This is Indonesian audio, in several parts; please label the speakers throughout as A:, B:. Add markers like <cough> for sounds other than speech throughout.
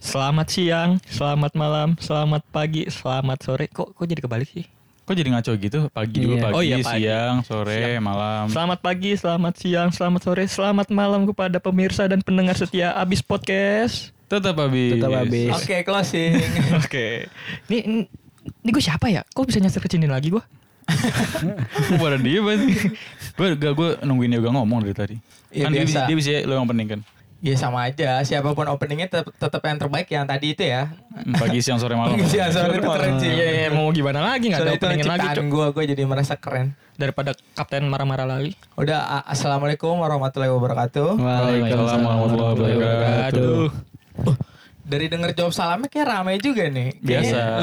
A: Selamat siang, selamat malam, selamat pagi, selamat sore. Kok kok jadi kebalik sih?
B: Kok jadi ngaco gitu? Pagi dulu
A: Iya.
B: pagi,
A: Oh iya, pagi.
B: siang, sore, malam.
A: Selamat pagi, selamat siang, selamat sore, selamat malam kepada pemirsa dan pendengar setia Abis
C: <laughs>
A: Podcast.
B: Tetap habis. Ah,
C: Tetap
D: Iya,
C: habis.
A: Oke, closing. Oke. Ini ini, ini gue siapa ya? Kok bisa nyasar ke sini lagi gue?
B: Gue pada dia banget. Gue gak gue nungguin Yoga ngomong dari tadi.
C: Iya,
B: kan dia
C: biasa.
B: bisa, dia bisa lo yang penting kan.
C: Ya sama aja, siapapun openingnya tetap, tetap yang terbaik yang tadi itu ya.
B: Pagi siang sore
C: <laughs>
B: malam.
C: Iya, sorry itu keren sih.
A: Oh. Iya, iya, mau gimana lagi nggak
C: Soalnya
A: ada
C: itu
A: opening lagi
C: ciptaan
A: Cuk.
C: gue, gue jadi merasa keren.
A: daripada kapten marah-marah lagi.
C: Udah, a- assalamualaikum warahmatullahi wabarakatuh.
B: Waalaikumsalam warahmatullahi wabarakatuh.
C: Oh, Dari denger jawab salamnya kayak rame juga nih. Kayaknya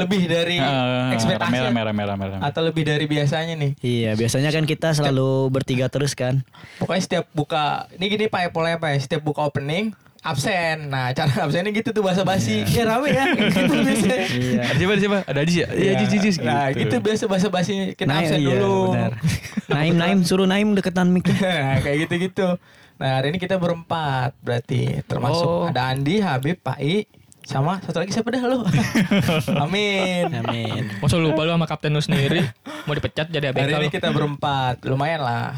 B: Biasa.
C: Lebih dari
A: Eh,
B: Ah,
C: ekspektasi
B: Merah, merah, merah, merah.
C: atau lebih dari biasanya nih.
D: Iya, biasanya kan kita selalu bertiga terus kan.
C: Pokoknya setiap buka, ini gini Pak Epol apa ya, setiap buka opening absen. Nah, cara <laughs> absennya gitu tuh basa-basi.
A: Iya.
C: Ya rame
A: <laughs>
C: ya. gitu biasanya.
B: Ada siapa, ada siapa? Ada Ajis ya? Iya, Ajis, Ajis.
C: Nah, gitu biasa basa-basinya kita
A: Nah,
C: absen
D: iya,
C: dulu. <laughs>
D: benar. Naim, Naim, suruh Naim deketan mic.
C: nah, <laughs> kayak gitu-gitu. Nah, hari ini kita berempat berarti termasuk
A: Oh.
C: ada Andi, Habib, Pak I, sama satu lagi siapa dah
A: <laughs>
C: lu? Amin.
D: Amin.
A: Masa lupa lu sama kapten lu
C: <laughs>
A: sendiri mau dipecat jadi
C: Hari ini
A: ABK lu.
C: kita berempat, lumayan lah.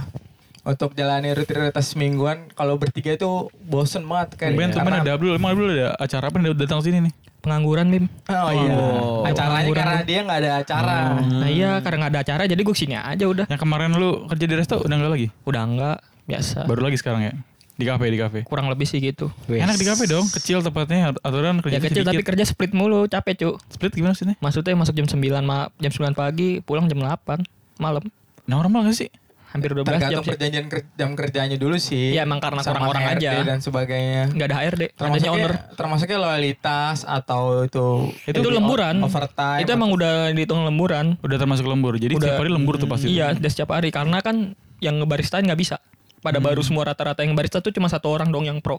C: Untuk jalani rutinitas mingguan, kalau bertiga itu bosen banget kan.
B: Ben, temen ada Abdul. Emang Abdul ada acara apa nih datang sini nih?
A: Pengangguran, Bim.
C: Oh iya,
A: Oh.
C: acaranya
A: Pengangguran.
C: karena dia nggak ada acara.
A: Nah, iya,
C: Hmm.
A: karena nggak ada acara jadi gue sini aja udah.
B: Yang kemarin lu kerja di resto udah enggak lagi?
A: Udah enggak biasa.
B: Baru lagi sekarang ya? Di kafe, di kafe.
A: Kurang lebih sih gitu.
D: Wes.
B: Enak di kafe dong, kecil tempatnya, aturan
A: Ya
B: kerja
A: kecil tapi kerja split mulu, capek, Cuk.
B: split gimana sih?
A: Maksudnya masuk jam 9 ma- jam 9 pagi, pulang jam 8 malam.
B: Nah, Normal gak sih?
A: Hampir 12 jam
C: Tergantung
A: sih.
C: perjanjian ker- jam kerjanya dulu sih.
A: Iya, emang karena
C: Sama
A: kurang orang
C: HRD
A: aja.
C: dan sebagainya.
A: Enggak ada HRD, adanya
C: termasuknya
A: owner.
C: termasuknya loyalitas atau itu
A: Itu, lemburan.
C: overtime
A: Itu emang udah dihitung lemburan.
B: Udah termasuk lembur. Jadi
A: Udah.
B: setiap hari lembur tuh pasti.
A: Iya, udah setiap hari karena kan yang ngebaristain nggak bisa.
B: Hmm.
A: Pada baru semua rata-rata yang barista tuh cuma satu orang dong yang pro.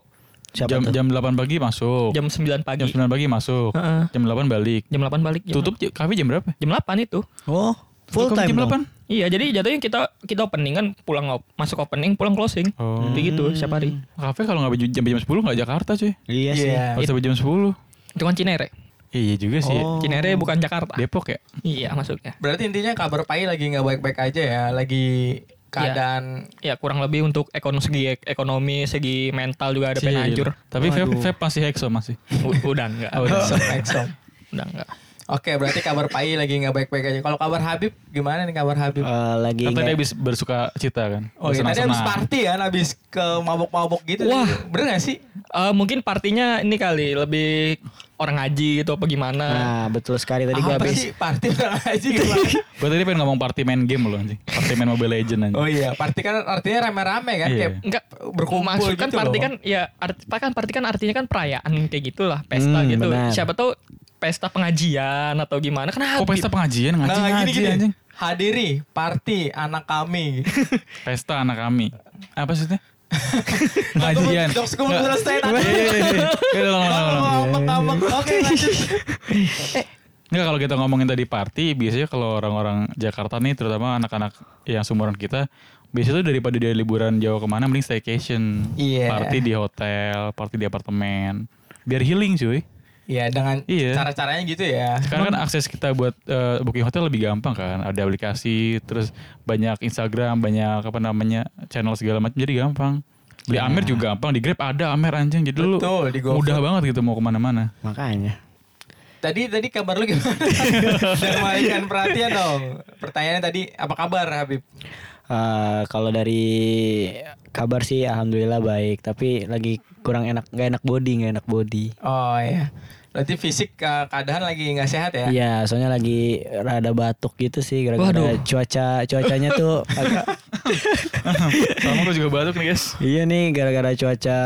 D: Siapa
B: jam
D: tuh?
B: jam 8 pagi masuk. Oh.
A: Jam
B: Jam,
A: 9 pagi.
B: 9 pagi masuk.
A: Heeh.
B: Jam 8 balik.
A: Jam 8 balik. Jam
B: Tutup j- kafe jam berapa?
A: Jam 8 itu.
D: Oh, full
B: Tutup kafe
D: time
B: jam
D: dong.
B: 8.
A: Iya, jadi jatuhnya kita kita opening kan pulang op- masuk opening, pulang closing.
B: Oh.
A: Begitu setiap hari.
B: Kafe kalau nggak jam jam 10 nggak Jakarta cuy.
D: Iya sih.
C: Iya.
B: Harus sampai jam 10.
C: Hmm.
A: Itu kan Cinere.
B: Iya juga sih. ya.
D: Oh.
A: Cinere bukan Jakarta.
B: Depok ya?
A: Iya, masuknya.
C: berarti intinya kabar Pai lagi nggak baik-baik aja ya lagi keadaan
A: Ya kurang lebih untuk ekonomi segi ek- ekonomi, segi mental juga ada
B: Cil.
A: pengen hancur.
B: Iya, Tapi vape, vape masih hexo masih.
A: U- udah enggak.
B: Oh, udah.
C: iya.
B: <laughs>
C: Exxon.
A: udah enggak.
C: Oke, berarti kabar Pai lagi nggak baik-baik aja. Kalau kabar Habib gimana nih kabar Habib?
D: Eh, lagi
B: Kan tadi
D: nggak-
B: habis bersuka cita kan.
C: Oh, iya, tadi
B: Bersenang-senang.
C: habis party kan, habis ke mabok-mabok gitu.
A: Wah.
C: bener gak sih?
A: Eh, mungkin partinya ini kali lebih orang haji gitu apa gimana.
D: Nah, betul sekali tadi gue
C: Apa
D: habis.
C: sih party <laughs> gitu? orang haji
B: <laughs>
C: gimana?
B: Gua tadi pengen ngomong party main game loh anjing. Party main Mobile Legend anjing.
C: oh iya, party kan artinya rame-rame kan,
B: Iya.
C: kayak
A: Enggak
C: berkumpul
A: maksud kan
C: gitu
A: party
C: loh.
A: kan ya arti kan party kan artinya kan perayaan kayak gitulah pesta
D: Hmm,
A: gitu.
D: benar.
A: Siapa tahu pesta pengajian atau gimana kan
B: Kok
A: habis.
B: Oh, pesta pengajian? Ngaji,
C: Nah,
B: ngaji
C: gini gini.
B: anjing.
C: Hadiri party anak kami.
B: Pesta anak kami. Apa
C: <laughs>
B: sih itu? Pengajian.
C: Jokes gue belum selesai tadi.
B: Iya, iya, iya. Iya, ulang, ulang, ulang.
C: Ngambek-ngambek. Oke,
B: <laughs>
C: lanjut.
B: Nggak kalau kita ngomongin tadi party, biasanya kalau orang-orang Jakarta nih, terutama anak-anak yang seumuran kita, biasanya tuh daripada dia liburan jauh kemana, mending staycation.
C: Iya.
B: Party di hotel, party di apartemen. Biar healing cuy.
C: Iya, dengan
B: Iya.
C: cara-caranya gitu ya.
B: Sekarang kan akses kita buat eh, booking hotel lebih gampang kan. Ada aplikasi, terus banyak Instagram, banyak apa namanya, channel segala macam, jadi gampang. Di Amer juga gampang, di Grab ada Amer anjing. Jadi lu
C: Betul, di GoFood.
B: mudah banget gitu mau
C: <laughs>
B: kemana-mana.
D: Makanya.
C: Tadi tadi kabar lu gimana? <laughs> Dan mengalihkan perhatian dong. Pertanyaannya tadi apa kabar Habib?
D: Eh, kalau dari kabar sih alhamdulillah baik, tapi lagi kurang enak, nggak enak body, nggak enak body.
C: Oh iya. Berarti fisik eh, keadaan lagi nggak sehat ya?
D: Iya, soalnya lagi rada batuk gitu sih
A: Waduh.
D: gara-gara cuaca cuacanya tuh agak
C: <laughs>
B: Sama gue juga batuk nih guys.
D: Iya nih gara-gara cuaca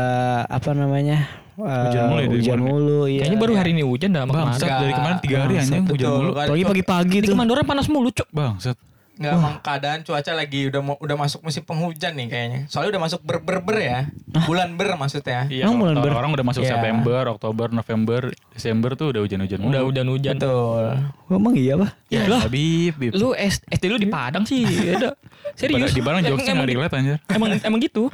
D: apa namanya? eh,
B: Hujan mulu ya dari
D: hujan
B: kemarin.
D: mulu iya.
A: Kayaknya baru hari ini hujan dah sama kemarin.
B: Bangsat dari kemarin tiga hari anjing hujan
C: Betul,
B: mulu.
C: kan?
D: Apalagi pagi-pagi
A: Di
D: tuh.
A: Kemandoran panas mulu, Cuk.
B: Bangsat.
C: Nggak emang keadaan cuaca lagi udah mau- udah masuk musim penghujan nih kayaknya. Soalnya udah masuk ber-ber-ber ya. Bulan ber maksudnya.
B: Iya, kalau
D: Emang bulan
B: orang,
D: ber-
B: orang udah masuk
C: Iya.
B: September, Oktober, November, Desember tuh udah hujan-hujan.
A: Udah
B: mulu.
A: hujan-hujan.
C: Betul.
D: Oh, emang iya, Pak?
A: Ya lah.
B: Habib, Habib.
A: Lu S- SD lu di Padang
B: <laughs>
A: sih, ada. Serius.
B: Iya. Di Padang
A: Emang- emang gitu?
B: jokesnya nggak
A: di-
B: relate anjir. <laughs>
A: Emang emang gitu.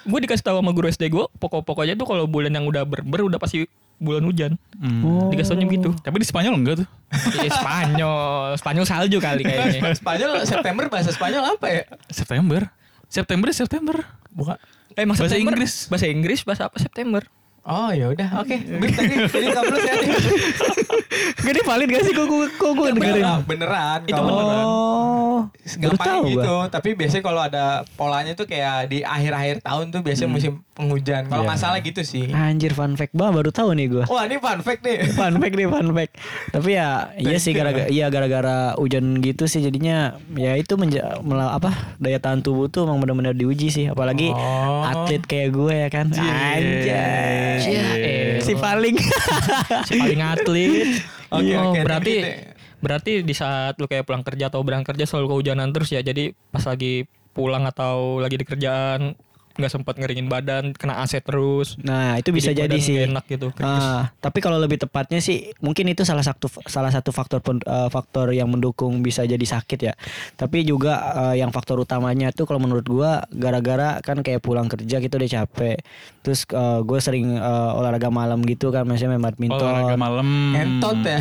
A: Gue dikasih tahu sama guru SD gue, pokok-pokoknya tuh kalau bulan yang udah berber udah pasti bulan hujan.
B: Hmm.
D: Oh.
A: Liga Spanyol gitu.
B: Tapi di Spanyol enggak tuh.
A: Ih, Spanyol, Spanyol salju kali kayaknya.
C: Spanyol September bahasa Spanyol apa ya?
B: September. September ya September.
C: Bukan.
A: Eh, masa
B: Bahasa
A: September?
B: Inggris.
A: Bahasa Inggris, bahasa apa
B: <laughs>
A: September?
C: Oh ya udah, oke. Bim, tadi jadi kamu lu sehat ya?
A: Gede valid gak sih kok gue kok gue dengerin?
C: Beneran, beneran.
A: Itu
C: kalau-
A: beneran.
D: Oh. Baru
C: gampang
D: tahu
C: gitu
D: gua.
C: tapi biasanya kalau ada polanya tuh kayak di akhir-akhir tahun
D: Hmm.
C: tuh biasanya musim penghujan
B: Iya.
C: kalau nggak salah gitu sih
D: Anjir fun fact banget baru tahu nih gua.
C: wah ini fun fact nih
D: <laughs> fun fact nih fun fact tapi ya iya sih gara-gara iya gara-gara hujan gitu sih jadinya ya itu menja, mela- apa daya tahan tubuh tuh emang benar-benar diuji sih apalagi
C: Oh.
D: atlet kayak gue ya kan anjay
A: Cie.
D: si paling <laughs>
A: Si paling atlet.
C: Oke,
A: Iya,
B: gitu
C: oke,
A: berarti
C: dikit deh.
A: berarti di saat lu kayak pulang kerja atau berangkat kerja selalu kehujanan terus ya. Jadi pas lagi pulang atau lagi di kerjaan nggak sempat ngeringin badan, kena AC terus.
D: nah itu bisa jadi,
A: Jadi badan
D: sih
A: nggak enak gitu, keringes.
D: Ah, tapi kalau lebih tepatnya sih mungkin itu salah satu salah satu faktor pen- eh, faktor yang mendukung bisa jadi sakit ya tapi juga eh, yang faktor utamanya tuh kalau menurut gua gara-gara kan kayak pulang kerja gitu udah capek terus eh, gue sering eh, olahraga malam gitu kan misalnya main badminton
B: Olahraga malam.
D: Hmm.
C: entot ya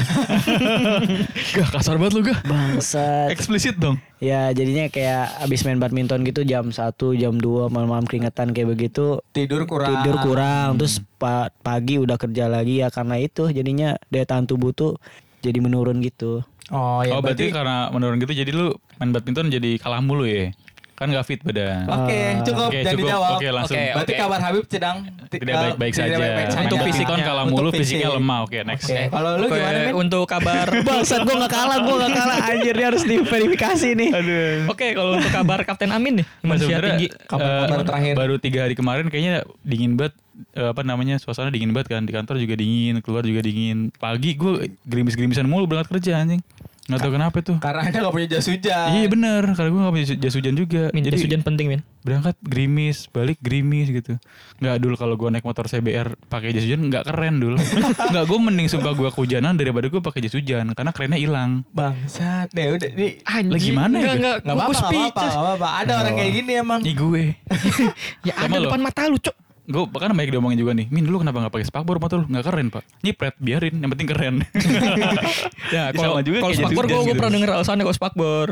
B: Gak kasar banget lu gak.
D: bangsat
B: Eksplisit dong.
D: ya jadinya kayak abis main badminton gitu jam 1 jam 2 malam-malam keringetan kayak begitu
C: tidur kurang
D: tidur kurang Hmm. terus pa- pagi udah kerja lagi ya karena itu jadinya daya tahan tubuh tuh jadi menurun gitu
C: oh ya
B: Oh,
C: berarti
B: berarti, karena menurun gitu jadi lu main badminton jadi kalah mulu ya. Kan gak fit badan.
C: oke Ah,
D: Ah.
C: cukup
B: Oke,
C: dan
B: cukup.
C: dijawab
B: Oke, langsung.
C: Oke, berti
A: oke.
C: kabar Habib sedang ti-
B: Tidak
C: eh,
B: baik-baik
C: tidak
B: saja.
C: baik-baik saja.
B: Untuk fisiknya kalah
C: Untuk
B: mulu,
C: fisik.
B: fisiknya lemah. Oke, next.
C: Oke, kalau lu
A: Oke,
C: gimana Min?
A: Untuk kabar
D: bangsat gue gak kalah gue gak kalah anjir dia harus diverifikasi <laughs> nih
B: Aduh.
A: Oke, kalau untuk kabar Kapten Amin nih, manusia
B: Nah, sebenarnya,
A: tinggi.
C: Kapan-
B: eh,
C: kapan terakhir?
B: Baru tiga hari kemarin kayaknya dingin banget. eh, apa namanya suasana dingin banget kan di kantor juga dingin keluar juga dingin pagi gue gerimis gerimisan mulu berangkat kerja anjing nggak tahu kenapa tuh
C: karena anda nggak punya jas hujan
B: iya bener karena gue nggak punya jas hujan juga
A: Min, jas hujan penting, Min.
B: berangkat gerimis balik gerimis gitu nggak dul kalau gue naik motor CBR pakai jas hujan nggak keren dul <laughs> nggak gue mending sumpah gue kehujanan daripada gue pakai jas hujan karena kerennya hilang
C: bangsat deh udah nih
B: Lah, gimana
A: Enggak,
B: ya, Gus?
A: enggak,
C: nggak apa-apa
A: fokus
C: nggak apa-apa
A: speechless.
C: nggak apa-apa ada
D: Oh.
C: orang kayak gini emang
B: Ih gue
A: Ya ada
B: Sama lo.
A: depan mata lu, Ya, Cok.
B: gue bahkan banyak diomongin juga nih min lu kenapa nggak pakai spakbor motor lu nggak keren pak nyipret biarin yang penting keren
A: <laughs> Ya, kalau
B: Sama juga
A: kalau
B: kayak jas
A: spakbor
B: hujan
A: gue gue
B: gitu.
A: pernah denger alasannya kalau spakbor.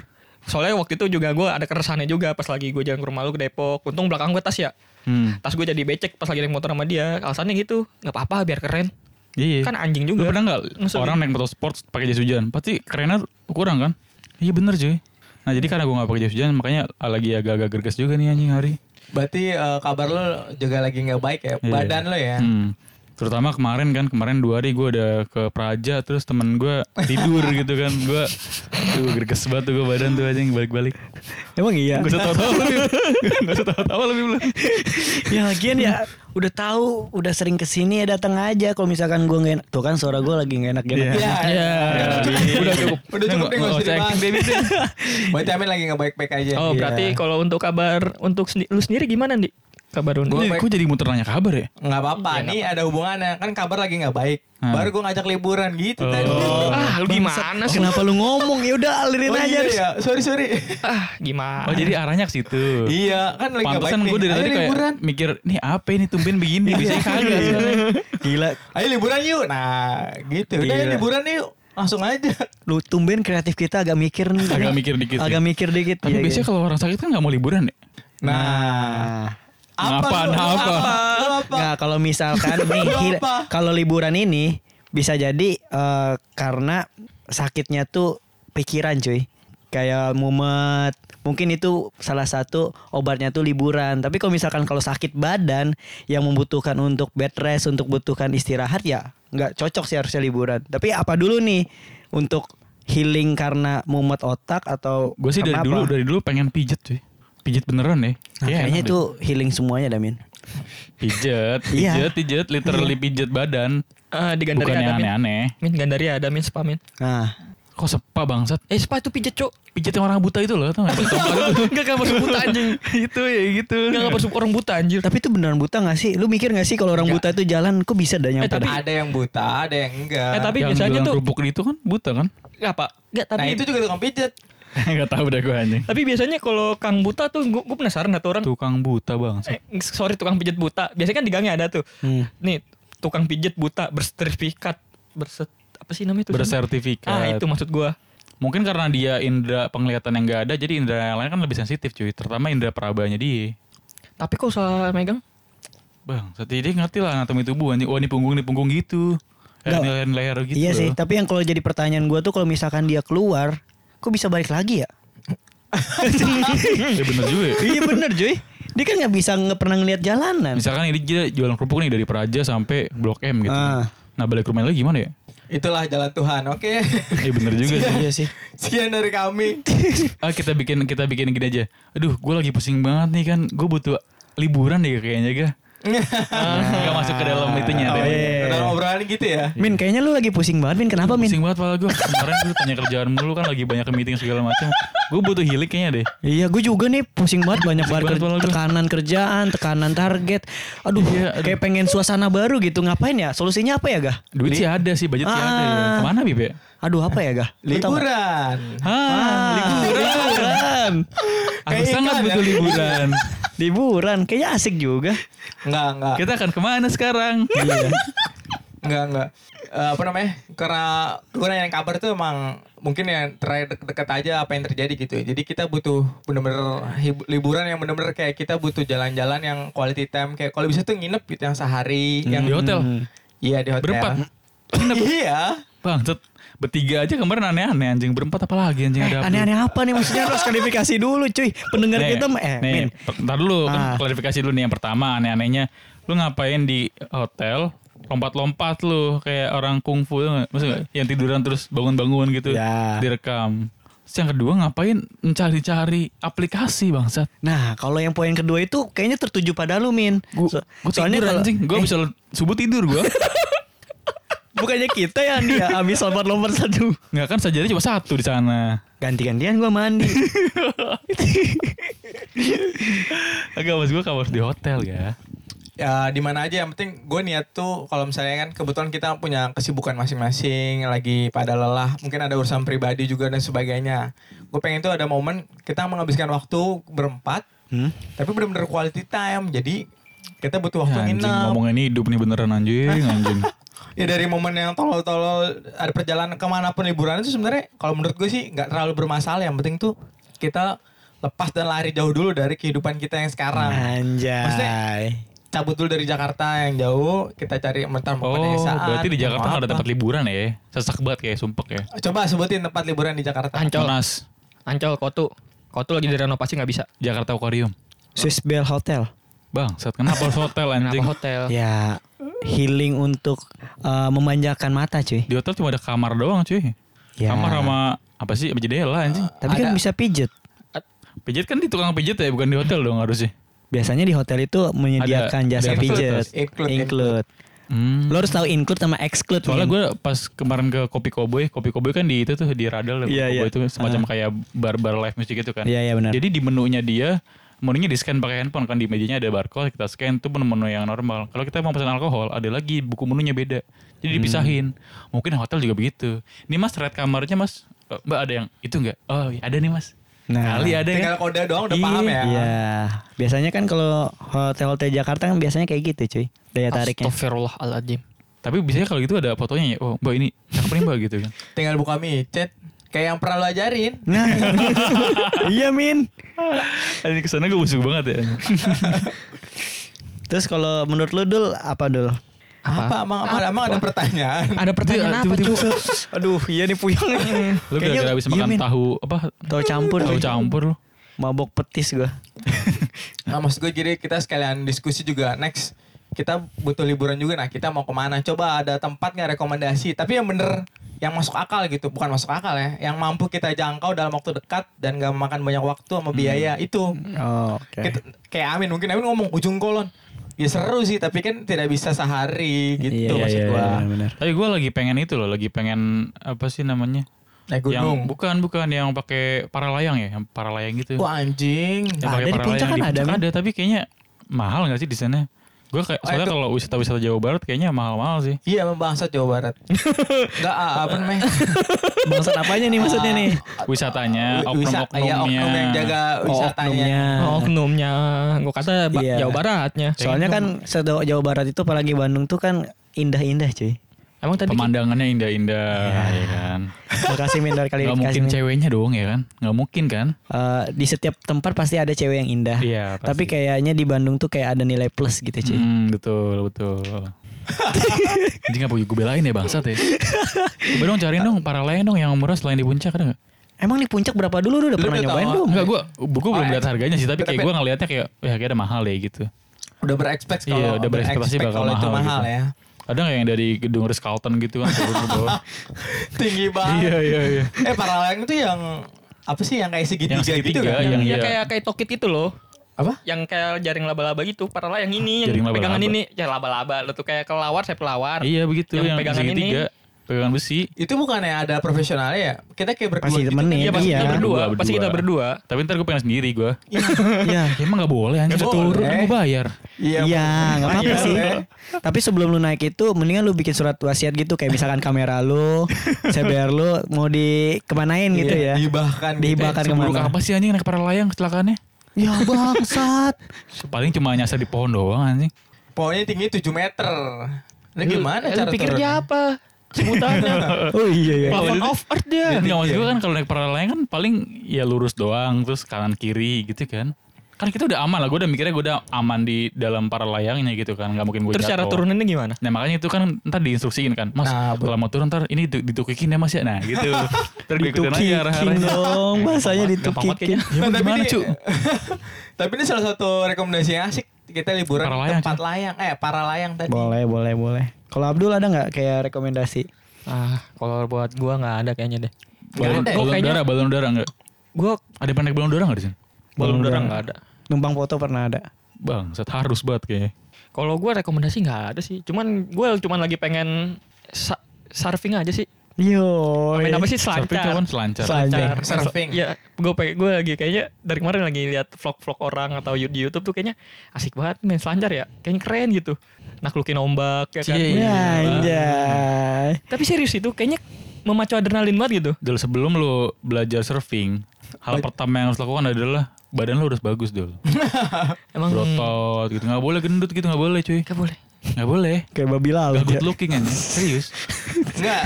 A: Soalnya waktu itu juga gue ada keresahannya juga pas lagi gue jalan ke rumah lu ke Depok. Untung belakang gue tas ya.
B: hmm.
A: Tas gue jadi becek pas lagi naik motor sama dia. Alasannya gitu, nggak apa-apa biar keren.
B: iya iya.
A: Kan anjing
B: lu
A: juga.
B: pernah nggak
A: Maksudnya-
B: orang naik motor sport pakai jas hujan pasti kerennya kurang kan iya bener cuy nah jadi karena gue nggak pakai jas hujan makanya lagi agak-agak gerges juga nih anjing hari
C: berarti eh, kabar lu juga lagi nggak baik ya
B: Iya.
C: badan lo ya
B: Hmm. Terutama kemarin kan, kemarin dua hari gue udah ke Praja, terus temen gue tidur gitu kan. Gue, tuh gerges banget tuh gue badan tuh anjing balik-balik.
D: emang iya
B: Gak usah tau-tau lebih, <laughs> gak usah tau-tau lebih belum.
D: ya lagian ya udah tahu udah sering kesini ya datang aja kalau misalkan gue nggak enak tuh kan suara gue lagi nggak enak gitu
C: Iya.
B: Udah cukup.
C: Udah
B: Nggak-
C: cukup nih, nggak
B: nggak
C: usah
B: usah acting,
C: dibahas.
B: baby.
C: Berarti Amin lagi nggak baik-baik aja. Iya.
A: Oh,
B: Iya.
A: berarti kalau untuk kabar untuk sendi- lu sendiri gimana, Di? Kabar untuk
B: Ini Kok jadi muter nanya kabar ya?
C: nggak apa-apa.
A: Iya, nggak
C: nih ada hubungannya. Kan kabar lagi nggak baik.
B: Hmm.
C: Baru gue ngajak liburan gitu tadi.
B: Oh.
A: Ah, lu gimana sih?
D: kenapa lu ngomong ya udah alirin
C: Oh,
D: aja
C: iya
D: Riz.
C: ya. Sorry sorry.
A: Ah, gimana?
B: Oh jadi arahnya ke situ.
C: iya kan lagi nggak baik.
B: Pantesan gue dari
C: Ayo
B: tadi kayak
C: liburan.
B: mikir, nih apa ini tumben begini, biasanya kagak. sebenarnya.
D: gila
C: Ayo liburan yuk. Nah gitu. Udah
D: Gila.
C: ya, liburan yuk. Langsung aja.
D: lu tumben kreatif kita agak mikir nih
B: Agak mikir dikit sih.
D: agak mikir dikit
B: Tapi
D: Iya,
B: biasanya
D: gitu.
B: kalau orang sakit kan gak mau liburan ya?
C: Nah.
D: Nah.
B: Ngapa,
C: lu? Lu
B: ngapa?
C: Lu apa?
D: Nggak, kalau misalkan nih
C: Lu
D: hil-
C: apa?
D: kalau liburan ini bisa jadi eh, karena sakitnya tuh pikiran cuy. Kayak mumet. Mungkin itu salah satu obatnya tuh liburan. Tapi kalau misalkan kalau sakit badan yang membutuhkan untuk bed rest, untuk butuhkan istirahat ya nggak cocok sih harusnya liburan. Tapi apa dulu nih untuk healing karena mumet otak atau
B: Gue sih dari
D: karena
B: dulu,
D: apa?
B: dari dulu pengen pijet cuy. Pijet beneran ya.
D: Nah,
B: Iya,
D: kayaknya
B: enak
D: itu healing semuanya Damin.
B: Pijet,
D: Iya.
B: pijet, pijet, literally pijet badan.
A: Ah, di
B: Bukan
A: Gandaria ada,
B: yang
A: Min.
B: aneh-aneh.
A: Min Gandaria ada, Min Spa, Min.
D: Nah,
B: Kok sepa bangsat?
A: Eh, Spa itu pijet,
B: <laughs>
A: Cok.
B: Pijet yang orang buta itu loh, tau gak?
A: Enggak kabar buta anjing.
B: itu ya <laughs> gitu.
A: Enggak kabar orang buta anjir.
D: Tapi itu beneran buta gak sih? Lu mikir gak sih kalau orang buta itu jalan kok bisa ada
A: Eh,
D: nyampe?
A: tapi-
C: Ada yang buta, ada yang enggak.
A: Eh, <laughs> tapi
B: Yang
A: biasanya
B: bilang
A: tuh
B: kerupuk itu kan buta <laughs> kan?
A: enggak apa? Enggak, tapi
C: Nah itu juga tukang pijet.
B: Gak tahu udah gue anjing.
A: tapi biasanya kalau Kang Buta tuh gua, gua penasaran satu orang
B: Tukang buta bangsat.
A: eh, sorry tukang pijat buta. Biasanya kan di gangnya ada tuh.
D: Hmm.
A: Nih, tukang pijet buta bersertifikat berset apa sih namanya itu
B: Bersertifikat.
A: ah itu maksud gua
B: Mungkin karena dia indera penglihatan yang gak ada, jadi indera yang lain kan lebih sensitif cuy. Terutama indera perabanya dia.
A: tapi kok salah megang
B: Bang, jadi dia ngerti lah anatomi tubuh. anjing. Wah ini punggung, ini punggung gitu. Eh,
D: Nggak.
B: ini leher, ini leher gitu.
D: iya
B: loh.
D: sih, tapi yang kalau jadi pertanyaan gua tuh kalau misalkan dia keluar, kok bisa balik lagi
B: <laughs>
D: ya?
B: Iya bener juga ya.
D: iya bener cuy. Dia kan nggak bisa nge pernah ngeliat jalanan.
B: Misalkan ini dia jualan kerupuk nih dari Praja sampai Blok M gitu.
D: Ah.
B: Nah balik ke rumah lagi gimana ya?
C: Itulah jalan Tuhan. Oke.
B: Iya bener
D: <laughs>
B: juga sih.
D: iya sih.
C: Sekian dari kami.
B: Ah kita bikin kita bikin gini aja. Aduh, gue lagi pusing banget nih kan. Gue butuh liburan deh kayaknya
D: <laughs>
B: gak. Gak masuk ke dalam itunya.
D: Oh,
B: temanya.
D: iya.
C: Dalam obrolan gitu ya.
D: Min, kayaknya lu lagi pusing banget, Min. Kenapa, Min?
B: Pusing banget pala gue. Kemarin gue tanya kerjaan mulu kan lagi banyak meeting segala macam. Gue butuh healing kayaknya deh.
D: Iya, gue juga nih pusing banget banyak banget
B: banget
D: ker-
B: malah gua.
D: tekanan kerjaan, tekanan target. Aduh,
B: Iya, aduh.
D: kayak pengen suasana baru gitu. Ngapain ya? Solusinya apa ya, Gah?
B: Duit sih ada sih, budget sih ada. Ya.
D: Ah.
B: Kemana Bib ya?
D: Aduh, apa ya, Gah? Lu tau nggak?
C: Liburan.
B: Hah, liburan.
D: liburan.
B: Aku
C: Kayak
B: sangat
C: ikan
B: butuh
C: ya.
B: liburan.
D: liburan, kayaknya asik juga.
C: Enggak, enggak.
B: Kita akan kemana sekarang?
D: Iya.
C: Enggak, enggak. Eh, apa namanya? Karena gue nanyain kabar tuh emang mungkin yang terakhir dek- deket aja apa yang terjadi gitu. Jadi kita butuh bener-bener hib- liburan yang bener-bener kayak kita butuh jalan-jalan yang quality time. Kayak kalau bisa tuh nginep gitu yang sehari. yang
B: Di hotel.
C: Iya di hotel.
B: Berempat.
C: <laughs> iya.
B: Bang, cet, bertiga aja kemarin aneh-aneh anjing. Berempat apa lagi anjing ada apa?
D: Eh, Aneh-aneh apa nih maksudnya? Harus klarifikasi dulu, cuy. Pendengar
B: Nih,
D: kita mah- eh,
B: Iya, nih,
D: Min.
B: per- ntar dulu kan
D: Ah.
B: klarifikasi dulu nih yang pertama aneh-anehnya lu ngapain di hotel lompat-lompat lu kayak orang kungfu tau nggak? maksudnya yang tiduran terus bangun-bangun gitu
D: Ya.
B: direkam terus yang kedua ngapain mencari-cari aplikasi bangsat
D: Nah, kalau yang poin kedua itu kayaknya tertuju pada lu, Min.
B: gua,
D: So-
B: gua tidur
D: kalau- Eh,
B: anjing
D: <laughs>
B: gua bisa subuh tidur gua
D: bukannya kita ya dia habis lompat-lompat satu.
B: nggak kan saja cuma satu di sana
D: Ganti-gantian gua
B: <laughs>
D: mandi.
B: agak mas gua kamar di hotel ya
C: Ya di mana aja yang penting gue niat tuh kalau misalnya kan kebetulan kita punya kesibukan masing-masing lagi pada lelah mungkin ada urusan pribadi juga dan sebagainya. Gue pengen tuh ada momen kita menghabiskan waktu berempat
D: Hmm?
C: tapi benar-benar quality time jadi kita butuh
D: Oh,
C: waktu
B: Ya, anjing
C: nginep.
B: ngomongin hidup nih beneran anjing
D: <laughs>
B: anjing
C: Ya dari momen yang tolol-tolol ada perjalanan kemanapun liburan itu sebenarnya kalau menurut gue sih nggak terlalu bermasalah yang penting tuh kita lepas dan lari jauh dulu dari kehidupan kita yang sekarang.
D: Anjay.
C: cabut dulu dari Jakarta yang jauh kita cari mentar
B: oh berarti di Jakarta nggak ada tempat liburan ya sesak banget kayak sumpek ya
C: coba sebutin tempat liburan di Jakarta
A: ancol
B: Monas
A: ancol kotu kotu lagi direnovasi nggak bisa
B: Jakarta Aquarium.
D: Swiss Bell Hotel.
B: Bang, saat kenapa harus hotel anjing? Iya,
A: kenapa hotel
D: Ya healing untuk eh, memanjakan mata cuy.
B: Di hotel cuma ada kamar doang cuy.
D: Ya.
B: Kamar sama apa sih? Sama Jendela anjing.
D: Tapi kan
C: Ada-
D: bisa pijet.
B: Pijit kan di tukang pijit ya, bukan di hotel dong harusnya.
D: Biasanya di hotel itu menyediakan
B: Ada-
D: jasa
B: ada
D: pijet.
B: include,
C: include,
B: Hmm.
D: Lo harus tahu include sama exclude.
B: Soalnya
D: Min.
B: gue pas kemarin ke Kopi Cowboy, Kopi Cowboy kan di itu tuh di Radal dan Kopi
D: Iya,
B: Cowboy
D: iya.
B: itu semacam kayak bar-bar live music gitu kan.
D: Iya, iya, benar.
B: Jadi di menunya dia menunya di scan pakai handphone kan di mejanya ada barcode kita scan itu menu-menu yang normal. Kalau kita mau pesan alkohol ada lagi buku menunya beda. Jadi
D: Hmm.
B: dipisahin. Mungkin hotel juga begitu. Nih Mas red kamarnya Mas. Eh, Mbak ada yang itu enggak? Oh, ada nih Mas.
D: Nah.
B: Kali ada
C: tinggal
B: ya.
C: kode doang udah paham ya
D: Iya. Biasanya kan kalau hotel-hotel Jakarta kan biasanya kayak gitu cuy.
B: iya,
D: Daya tariknya.
A: Astagfirullahaladzim
B: Tapi biasanya kalau gitu ada fotonya ya. Oh, Mbak ini cakep nih Mbak gitu
C: <laughs>
B: kan.
C: tinggal buka micet kayak yang pernah lo ajarin
D: Nah. <laughs> iya Min.
B: Ini kesana gue busuk banget ya.
D: Terus kalau menurut lu Dul apa Dul?
C: apa, emang, emang- emang ada pertanyaan
A: ada pertanyaan apa cuy
B: tiba-tiba-
D: Aduh, iya nih puyeng. <laughs>
B: Lu
D: Kayaknya-
B: gara-gara habis
D: iya,
B: makan
D: Min.
B: tahu apa?
D: Tahu campur.
B: Tahu
D: cuy.
B: campur lu.
D: Mabok petis gua.
C: nah, maksud gue jadi kita sekalian diskusi juga next kita butuh liburan juga nah kita mau kemana coba ada tempat nggak rekomendasi tapi yang bener yang masuk akal gitu bukan masuk akal ya yang mampu kita jangkau dalam waktu dekat dan gak memakan banyak waktu sama
B: Hmm.
C: biaya itu
D: Oh, oke.
C: Kita- kayak Amin mungkin Amin ngomong ujung kolon ya seru sih tapi kan tidak bisa sehari
D: Iya,
C: gitu maksud
D: iya,
C: gua
D: iya, benar.
B: Tapi gue lagi pengen itu loh, lagi pengen apa sih namanya?
C: naik gunung
B: Yang bukan bukan yang pakai paralayang ya, yang paralayang gitu.
C: wah anjing
B: yang
D: ada di puncak kan ada, Min.
B: ada, tapi kayaknya mahal nggak sih di sana? Gue kayak
C: Oh,
B: soalnya
C: itu-
B: kalau wisata-wisata Jawa Barat kayaknya mahal-mahal sih.
C: iya membangsa Jawa
B: <laughs>
C: Barat nggak ah, apa namanya
D: Bangsat apanya nih maksudnya <laughs> nih?
B: Wisatanya,
C: Wisata-
D: ya,
C: iya, oknum yang
B: oknum-oknumnya.
C: jaga wisatanya
D: oknumnya.
A: <laughs> Oh, oknumnya. Gue kata ba-
D: Iya.
A: Jawa Baratnya.
D: Soalnya kan sedo- Jawa Barat itu apalagi Bandung tuh kan indah-indah cuy.
A: Emang tadi
B: Pemandangannya indah-indah ya kan.
D: Makasih Minder Iya. kali
B: Gak
D: dikasih
B: mungkin
D: Min.
B: ceweknya dong ya kan? Gak mungkin kan?
D: Eh, di setiap tempat pasti ada cewek yang indah.
B: Iya, pasti.
D: Tapi kayaknya di Bandung tuh kayak ada nilai plus gitu cuy.
B: Hmm, betul,
C: <laughs>
B: betul. Jadi gak gue belain ya bangsat ya. Coba dong cariin dong para lain dong yang murah selain di puncak ada gak?
D: Emang di puncak berapa dulu lu udah
C: Lu
D: pernah
C: udah tahu,
D: nyobain
C: ah?
D: belum?
B: Enggak gue, gue belum
C: Oh,
B: lihat harganya sih tapi
C: tapi-
B: kayak gue ngeliatnya kayak ya kayak ada mahal deh gitu.
C: Udah berekspekt kalau
B: Iya, udah berekspektasi
C: berekspekt
B: bakal
C: kalau itu
B: mahal
C: mahal
B: gitu. <laughs>
C: ya.
B: Ada gak yang dari gedung Ritz Carlton gitu kan? turun
C: <laughs>
B: ke bawah?
C: Tinggi
B: iya
C: banget.
B: iya iya.
C: eh paralel itu yang apa sih yang kayak segitiga,
B: Yang segitiga,
C: gitu kan?
B: yang
A: ya
B: iya.
A: kayak kayak tokit itu loh.
C: Apa?
A: Yang kayak jaring laba-laba gitu, paralel yang ini,
B: Jaring
A: yang
B: laba-laba.
A: pegangan ini, ya laba-laba. Lu tuh kayak kelawar, saya pelawar.
B: Iya begitu
A: Yang
B: yang,
A: pegangan
B: segitiga, pegangan besi.
C: Itu bukannya ada profesionalnya ya? Kita kayak berdua
D: Pasti
C: gitu.
D: temenin.
A: Iya, pasti
D: Iya.
A: kita berdua,
B: Berdua,
A: pasti kita berdua.
B: Tapi ntar gue pengen sendiri gue.
D: Iya.
B: Ya, emang gak boleh anjir
C: Nggak
B: turun
C: boleh.
B: gue kan bayar.
C: Iya.
D: Iya, nggak apa-apa
C: Iya,
D: sih.
C: boleh.
D: Tapi sebelum lu naik itu, mendingan lu bikin surat wasiat gitu, kayak misalkan kamera lu, CBR lu mau dikemanain gitu ya?
C: Iya, dihibahkan gitu.
D: Dihibahkan
B: Seburuk
D: kemana?
B: apa sih anjing naik para layang kecelakaannya?
D: Ya bangsat.
B: Paling cuma nyasar di pohon doang anjing.
C: Pohonnya tinggi 7 meter. Ini gimana
A: Eh,
C: cara
A: Lu pikir dia
C: turunnya? Nah,
A: apa?
C: <laughs>
A: Sebutannya.
D: oh iya iya.
A: Plafon
B: Iya.
A: of earth dia.
B: Nggak maksud gue kan kalau naik para layang kan paling ya lurus doang terus kanan kiri gitu kan. Kan kita udah aman lah, gue udah mikirnya gue udah aman di dalam para layangnya gitu kan, nggak mungkin gue
A: Terus cara turunannya gimana?
B: Nah makanya itu kan ntar diinstruksiin kan, mas
C: Nah, bu-
B: kalau mau turun ntar ini ditu- ditukikin ya mas ya, nah gitu. Terus gue ikutin aja
D: Ditukikin
B: arah-arahnya.
D: dong, bahasanya ditukikin.
B: Ya, emang
C: Iya, Tapi
B: gimana
C: ini-
B: cu?
C: <laughs> Tapi ini salah satu rekomendasi yang asik. Kita liburan
B: Para
C: ke
B: layang,
C: tempat layang. Eh, para layang tadi.
D: Boleh boleh boleh. Kalau Abdul ada nggak kayak rekomendasi?
A: Ah, kalau buat gua nggak ada kayaknya deh.
B: Balon,
A: Nggak ada.
B: balon
A: Kayaknya-
B: udara, balon udara enggak?
A: Gua
B: Ada yang pernah naik balon udara enggak di sini?
A: belum udara nggak ada.
D: Numpang foto pernah ada.
B: Bang, set harus banget kayaknya.
A: Kalau gua rekomendasi nggak ada sih. Cuman gua cuman lagi pengen sa- surfing aja sih.
D: Yo.
A: Main apa sih
B: Tapi
A: selancar?
B: kawan selancar.
D: Selancar.
A: Selancar.
C: Surfing.
A: Iya, gue gue lagi kayaknya dari kemarin lagi lihat vlog-vlog orang atau di YouTube tuh kayaknya asik banget main selancar ya. Kayaknya keren gitu. Naklukin ombak ya kan.
B: Cie. iya.
D: Ya, anjay.
A: Tapi serius itu kayaknya memacu adrenalin banget gitu.
B: Dul sebelum lu belajar surfing, hal pertama yang harus lakukan adalah badan lu harus
A: <laughs>
B: bagus dulu.
A: Hmm. Emang
B: Berotot gitu, nggak boleh gendut gitu, nggak boleh cuy,
A: Gak boleh.
B: nggak boleh.
D: Kayak babi
B: Gak
D: laut ya.
B: good looking anjing,
A: <laughs>
B: serius.
C: Enggak.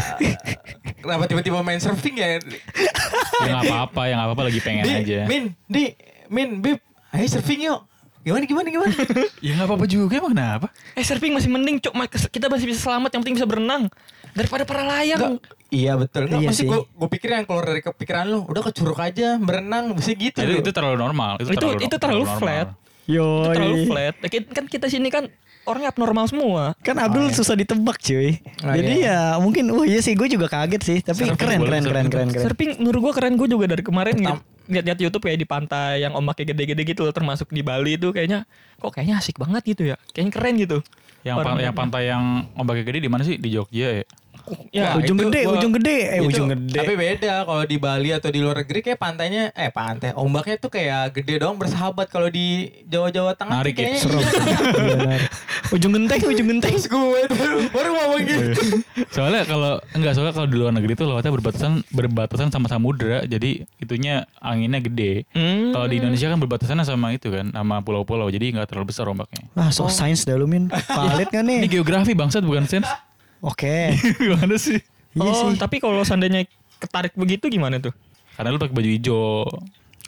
C: Kenapa tiba-tiba main surfing ya?
B: Ya nggak apa-apa, ya nggak apa-apa lagi pengen
C: Di,
B: aja.
C: Min, di, Min, Bib, ayo surfing yuk. Gimana, gimana, gimana?
B: Ya nggak apa-apa juga, emang kenapa?
A: Eh surfing masih mending cok Ma- kes- kita masih bisa selamat yang penting bisa berenang daripada para layang.
C: Enggak, iya betul. Enggak,
D: Iya
C: masih
D: sih.
C: gue gue pikir yang keluar dari kepikiran lu, udah ke curug aja, berenang, mesti gitu.
B: Itu,
C: lu.
B: itu terlalu normal. Itu,
A: Itu-
B: terlalu,
A: itu terlalu
B: normal.
A: flat. Itu
D: Yo.
A: terlalu flat. Ya, ki- Kan kita sini kan orangnya abnormal semua.
D: Kan Abdul susah ditebak cuy.
C: Oh,
D: Jadi ya mungkin wah iya sih gue juga kaget sih, tapi
B: Surfing
D: keren
B: boleh,
D: keren keren
B: surfing
D: keren keren.
A: Surfing menurut gua keren gua juga dari kemarin ngeliat- lihat-lihat YouTube kayak di pantai yang ombaknya gede-gede gitu loh termasuk di Bali itu kayaknya kok kayaknya asik banget gitu ya. Kayaknya keren gitu.
B: Yang,
A: Orang-
B: pan- yang pantai yang ombaknya gede di mana sih? Di Jogja ya?
A: Ya,
D: ujung
A: itu
D: gede,
A: gua-
D: ujung gede, eh
C: Itu-
D: ujung gede.
C: Tapi beda kalau di Bali atau di luar negeri kayak pantainya eh pantai ombaknya tuh kayak gede doang bersahabat kalau di Jawa-Jawa Tengah
B: Narik ya,
C: kayaknya
B: seru.
D: Benar. <laughs> ujung genteng, ujung genteng.
C: <laughs> Terus gue baru, baru ngomong
B: Iya.
C: gitu.
B: Soalnya kalau enggak soalnya kalau di luar negeri tuh lautnya berbatasan berbatasan sama samudra, jadi itunya anginnya gede.
A: Hmm.
B: Kalau di Indonesia kan berbatasannya sama itu kan, sama pulau-pulau. Jadi nggak terlalu besar ombaknya.
D: Wah, Ah, so
A: Oh.
D: sains dah lu min. Valid gak
B: Ini
D: nih?
B: geografi bangsat bukan sense.
D: Oke.
B: Gimana sih?
D: Iya
A: Oh,
D: sih.
A: tapi kalau seandainya ketarik begitu gimana tuh?
B: Karena lu pakai baju hijau.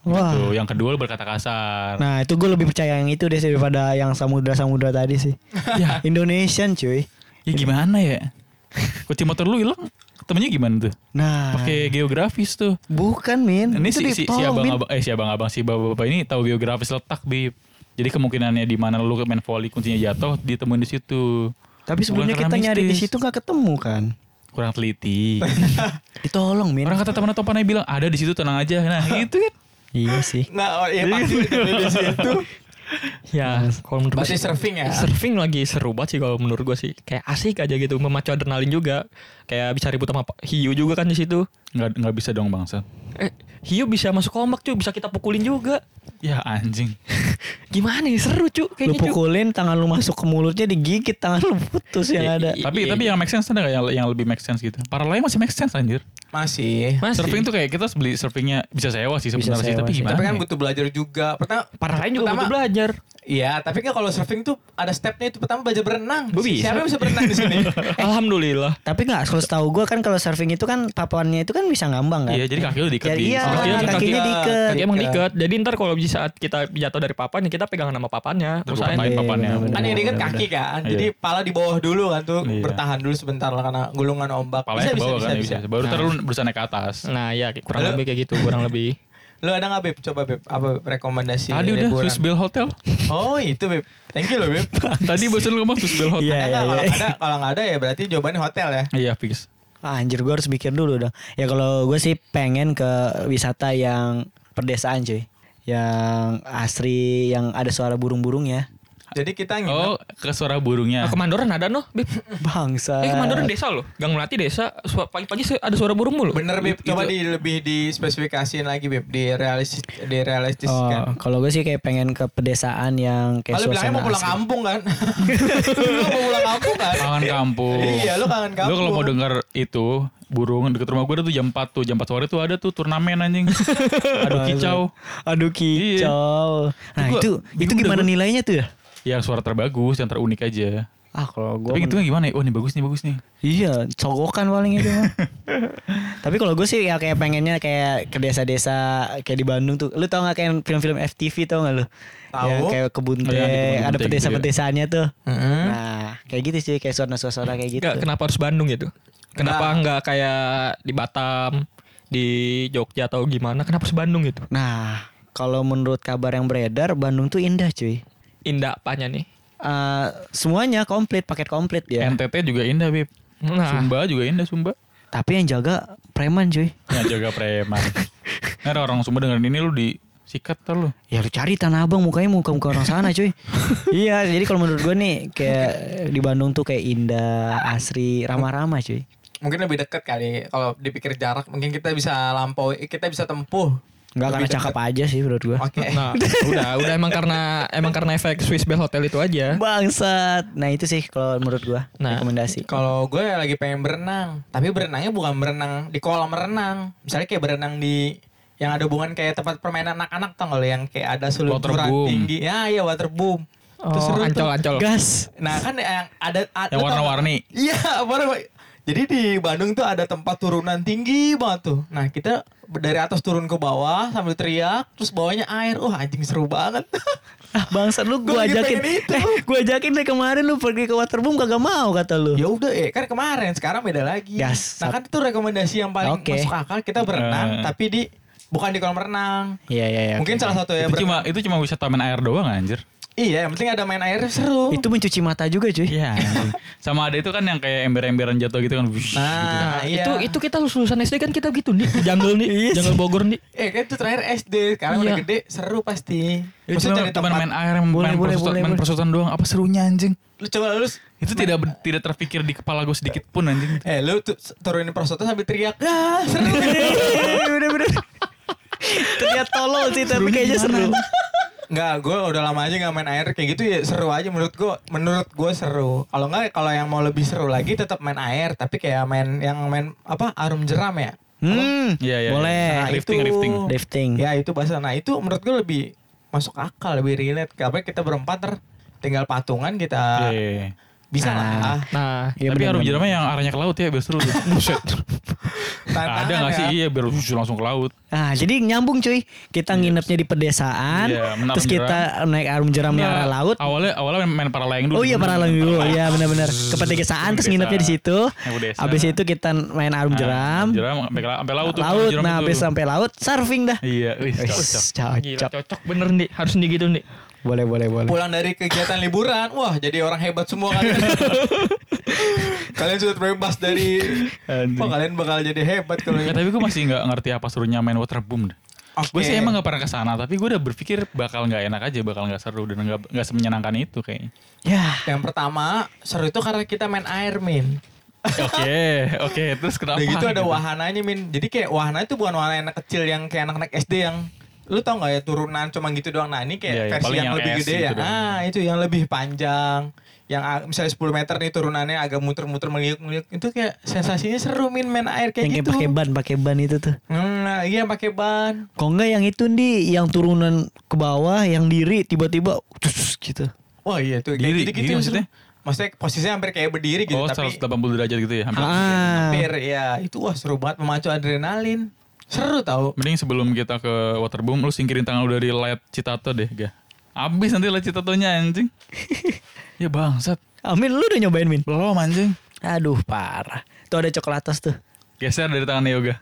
D: Wah.
B: Gitu. Yang kedua lu berkata kasar.
D: Nah, itu gue lebih percaya yang itu deh sih daripada yang samudra-samudra tadi
A: <laughs>
D: sih.
B: <laughs> Ya.
D: Indonesian cuy.
B: Ya gimana ya? Kunci motor lu hilang. Temennya gimana tuh?
D: Nah,
B: Pakai geografis tuh.
D: bukan min.
B: Ini
D: itu
B: si,
D: di
B: si, si
D: pol, Min.
B: abang-abang eh si abang-abang si bapak-bapak ini tahu geografis letak, Bib. Jadi kemungkinannya di mana lu main volley kuncinya jatuh ditemuin di situ.
D: Tapi sebelumnya
B: Bukan
D: kita
B: karena
D: nyari di
B: mistis.
D: situ nggak ketemu kan?
B: kurang teliti.
D: <laughs> Ditolong min.
B: Orang kata teman topannya bilang ada di situ tenang aja. Nah, gitu kan.
D: Iya sih.
C: Nah, oh, ya pasti di situ.
A: Ya, kalau menurut gua
C: Pasti
A: sih-
C: surfing ya.
A: surfing lagi seru banget sih kalau menurut gue sih kayak asik aja gitu memacu adrenalin juga kayak bisa ribut sama hiu juga kan di situ
B: Nggak nggak bisa dong bangsa.
A: eh, hiu bisa masuk ombak cuy bisa kita pukulin juga <laughs>
B: Ya anjing.
A: gimana ya seru cuy
D: Lu
A: kayaknya cuy
D: pukulin tangan lu masuk ke mulutnya digigit tangan lu putus yang ada.
A: I-
B: tapi
A: iya,
B: tapi
A: iya.
B: yang make sense ada nggak yang yang lebih make sense gitu? Para lain masih make sense anjir.
C: Masih.
A: Masih.
B: Surfing tuh kayak kita harus beli surfingnya bisa sewa sih
D: Bisa
B: sebenarnya sih
D: sewa
B: tapi
D: sih.
B: gimana?
C: Tapi kan
B: ya?
C: butuh belajar juga. Pertama,
A: para lain juga
C: pertama-
A: butuh belajar
C: Iya, tapi kan kalau surfing tuh ada stepnya itu pertama belajar berenang.
A: Gua bisa.
C: Siapa yang bisa berenang di sini?
A: Alhamdulillah.
D: Tapi nggak, kalau tahu gue kan kalau surfing itu kan papannya itu kan bisa ngambang kan.
B: Iya, jadi kaki lu diikat
D: Jadi
B: di-
D: iya,
A: kakinya tuh
D: kakinya
C: kaki-
D: diiket.
A: Kaki
C: iya.
A: emang diket. Jadi ntar kalau di saat kita jatuh dari papannya kita pegang nama papannya.
B: Terus
A: Usahain.
B: papain papannya.
D: bener-bener.
C: kan yang diikat kaki kan.
B: Iya.
C: Jadi pala di bawah dulu kan tuh
B: Iya.
C: bertahan dulu sebentar lah karena gulungan ombak.
B: Palanya ke bawah kan ya, bisa. Baru
A: Nah.
B: terus lu berusaha naik ke atas.
A: Nah ya kurang
C: Halo?
A: lebih kayak gitu kurang
C: <laughs>
A: lebih.
C: Lu ada nggak Beb? Coba Beb, apa Beb? rekomendasi
B: Tadi udah
C: Iya, liburan?
B: Swiss Bell Hotel.
C: Oh, itu Beb. Thank you loh
B: <laughs>
C: Beb.
B: Tadi bosan lu ngomong Swiss Bell Hotel.
D: Iya, iya,
C: Ada nggak? Kalau
D: iya.
C: ada kalau nggak ada ya berarti jawabannya hotel ya.
B: Iya, fix.
D: Ah, anjir gue harus mikir dulu dong. Ya kalau gue sih pengen ke wisata yang pedesaan cuy. Yang asri, yang ada suara ya. burung-burungnya.
C: Jadi kita nginep
B: Oh, ke suara
A: Nah,
B: burungnya.
A: kemandoran ada noh, Bib.
D: Bangsa.
A: Eh kemandoran desa loh. Gang Melati desa. Su- Pagi-pagi se- ada suara burung mulu. Gitu.
C: Bener Beb, coba di lebih dispesifikasiin lagi Beb, di realistis di realistis
D: Oh,
C: kan.
D: kalau gue sih kayak pengen ke pedesaan yang kayak
C: Kalau bilangnya
D: suasana
C: mau pulang
D: asri.
C: kampung
B: <laughs>
C: kan. Lu mau pulang kampung kan?
B: Kangen kampung.
C: Iya, lu kangen kampung.
B: Lu kalau mau denger itu burung deket rumah gue tuh jam 4 tuh jam 4 sore tuh ada tuh turnamen
C: <laughs>
B: anjing aduh kicau
D: Aduh kicau. Nah,
B: Gua
D: itu itu
B: bingung dah
D: gimana
B: gua.
D: nilainya tuh ya?
B: yang suara terbagus yang terunik aja
D: Ah, kalau gue
B: tapi itu gimana ya oh ini bagus nih bagus nih
D: Iya, cogokan paling itu. mah. Tapi kalau gue sih ya kayak pengennya kayak ke desa-desa kayak di Bandung tuh. Lu tau gak kayak film-film FTV tau gak lu?
C: Tahu.
D: Yang kayak kebun
B: Oh,
D: teh,
B: iya, di kebun
D: ada
B: teh gitu
D: pedesa-pedesaannya tuh.
C: Heeh.
D: Nah, kayak gitu sih kayak suasana-suasana kayak gitu.
A: Nggak, kenapa harus Bandung gitu? Kenapa
C: Nah.
A: nggak kayak di Batam, di Jogja atau gimana? Kenapa harus Bandung gitu?
D: Nah, kalau menurut kabar yang beredar Bandung tuh indah, cuy.
A: Indah apanya nih?
D: Eh, semuanya komplit, paket komplit ya.
C: Iya.
B: NTT juga indah bib
A: Nah.
B: Sumba juga indah Sumba
D: Tapi yang jaga preman, cuy.
B: Nah, jaga preman.
C: <laughs>
B: Nah, ada orang Sumba dengerin ini lu disikat tar lu.
D: Ya lu cari Tanah Abang mukanya muka-muka orang sana
C: <laughs>
D: cuy Iya jadi kalau menurut gue nih Kayak di Bandung tuh kayak indah Asri ramah-ramah cuy
C: Mungkin lebih deket kali kalau dipikir jarak mungkin kita bisa lampau kita bisa tempuh.
D: Enggak karena
C: Lebih Oh.
D: cakep aja sih menurut gue
C: Oke.
A: Nah, udah, udah emang karena emang karena efek Swiss Bell Hotel itu aja.
D: Bangsat Nah itu sih kalau menurut gue
A: Nah.
D: Rekomendasi
C: Kalau gue ya lagi pengen berenang, tapi berenangnya bukan berenang di kolam renang. Misalnya kayak berenang di yang ada hubungan kayak tempat permainan anak-anak tau nggak lo, yang kayak ada seluncuran
B: Waterboom.
C: tinggi. Ya iya waterboom. Itu
A: Oh,
C: seru tuh.
A: ancol, ancol.
D: Gas
C: Nah kan yang ada, ada
B: Yang
C: lo tau nggak?
B: warna-warni.
C: Iya <laughs> warna Jadi di Bandung tuh ada tempat turunan tinggi banget tuh. Nah kita dari atas turun ke bawah sambil teriak, terus bawahnya air. Wah anjing seru banget. <laughs>
D: ah, Bangsat lu gue
C: Gua lagi
D: ajakin
C: pengen itu.
D: Eh gue ajakin deh kemarin lu pergi ke Waterboom kagak mau kata lu
C: ya udah eh kan kemarin sekarang beda lagi.
D: Gas.
C: Nah kan itu rekomendasi yang paling
D: Oke.
C: masuk akal kita
B: Eh.
C: berenang tapi di bukan di kolam renang.
D: Iya iya iya
C: Mungkin salah satu
B: itu
C: ya
B: cuma
C: berenang.
B: itu cuma wisata main air doang anjir.
C: Iya, yang penting ada main air seru.
D: Itu mencuci mata juga <laughs> cuy
B: Iya. <laughs> Sama ada itu kan yang kayak ember-emberan jatuh gitu kan. Wush, gitu.
C: Nah, iya.
A: Itu itu kita lulus- lulusan SD kan kita gitu nih, di jungle <laughs> nih, jungle Bogor nih.
C: eh kan itu terakhir SD, sekarang udah
A: Iya.
C: gede, seru pasti.
B: Itu
C: Maksudnya
B: cuma
C: cari
B: cuma
C: tempat.
B: main air, main,
D: Boleh, boleh,
B: persutan,
D: boleh,
B: main
D: boleh.
B: persutan doang. Apa serunya anjing?
C: Lu coba lulus
B: Itu tidak ber- tidak terpikir di kepala gue sedikit pun anjing.
C: Eh lu tu- turunin prosotan sambil teriak ah, seru
D: <laughs> Bener-bener Terlihat tolol sih tapi kayaknya seru
C: Enggak gue udah lama aja gak main air Kayak gitu ya seru aja menurut gue Menurut gue seru Kalau enggak kalau yang mau lebih seru lagi tetap main air Tapi kayak main yang main apa arum jeram ya
D: Hmm
B: Iya, iya, iya.
D: Boleh
B: Nah, lifting, lifting.
D: Lifting.
B: Hmm.
C: Ya itu bahasa Nah itu menurut gue lebih masuk akal Lebih relate Karena kita berempat ter tinggal patungan kita
B: Iya.
C: bisa lah
A: Nah,
B: Tapi
D: Iya, bener-bener.
B: harum jerami yang arahnya ke laut ya biar <laughs> seru. tuh.
C: Tantangan
B: ada nggak
C: ya.
B: sih? Iya biar wush, langsung ke laut.
D: Ah, jadi nyambung cuy. Kita nginepnya di pedesaan,
B: Iya, menap
D: terus kita naik arum jeram yang arah
B: Nah,
D: laut.
B: Awalnya awalnya main paralayang dulu.
D: Oh iya para
B: Main
D: dulu,
B: paralayang.
D: ya benar-benar ke pedesaan terus nginepnya di situ.
B: Ke pedesaan.
D: Habis itu kita main arum
B: Nah,
D: jeram,
B: jeram sampai ke la- sampai laut. tuh,
D: laut.
B: jeram
D: Nah,
B: tuh.
D: habis sampai laut surfing dah.
B: Iya, wih,
D: Wis,
B: cocok.
A: gila
D: Cocok.
A: cocok bener nih, harus nih gitu nih.
D: Boleh, boleh, boleh.
C: pulang dari kegiatan liburan wah jadi orang
B: <laughs>
C: hebat semua kalian kalian sudah terbebas dari wah kalian bakal jadi hebat kalau
B: <laughs>
C: gitu.
B: Ya, tapi gue masih nggak ngerti apa serunya main waterboom. dah.
C: Oke.
B: Gue sih emang gak pernah kesana, tapi gue udah berpikir bakal nggak enak aja, bakal nggak seru dan nggak nggak semenyenangkan itu
D: <laughs>
B: kayaknya.
D: Ya,
C: yang pertama seru itu karena kita main air min
B: Oke, oke, terus kenapa?
C: Udah gitu ada wahananya min jadi kayak wahana itu bukan wahana anak kecil yang kayak anak-anak SD yang lu tau gak ya turunan cuma gitu doang nah ini kayak
B: Iya, iya,
C: versi
B: paling
C: yang,
B: yang S
C: lebih gede
B: gitu
C: ya
B: doang.
C: ah itu yang lebih panjang yang a- misalnya 10 meter nih turunannya agak muter-muter meliuk-meliuk itu kayak sensasinya seru min main air kayak
D: yang kayak
C: gitu
D: pakai ban, pakai ban itu tuh.
C: Nah, lagi yang pakai ban.
D: Kok enggak yang itu di yang turunan ke bawah, yang diri tiba-tiba tus, gitu.
C: Wah iya tuh. kayak
B: Diri,
C: gitu-gitu
B: diri maksudnya?
C: Maksudnya posisinya hampir kayak berdiri gitu
B: oh
C: tapi
B: 180 derajat gitu ya hampir.
D: Ah,
C: hampir ya itu wah seru banget memacu adrenalin. Seru tau.
B: Mending sebelum kita ke waterboom lu singkirin tangan lu dari light Citato deh, Gah. Abis nanti light Citatonya
C: <laughs>
B: anjing. ya bangsat.
D: Amin lu udah nyobain Min?
B: Belum anjing.
D: Aduh parah. Tuh ada coklatos tuh.
B: Geser dari tangan Yoga.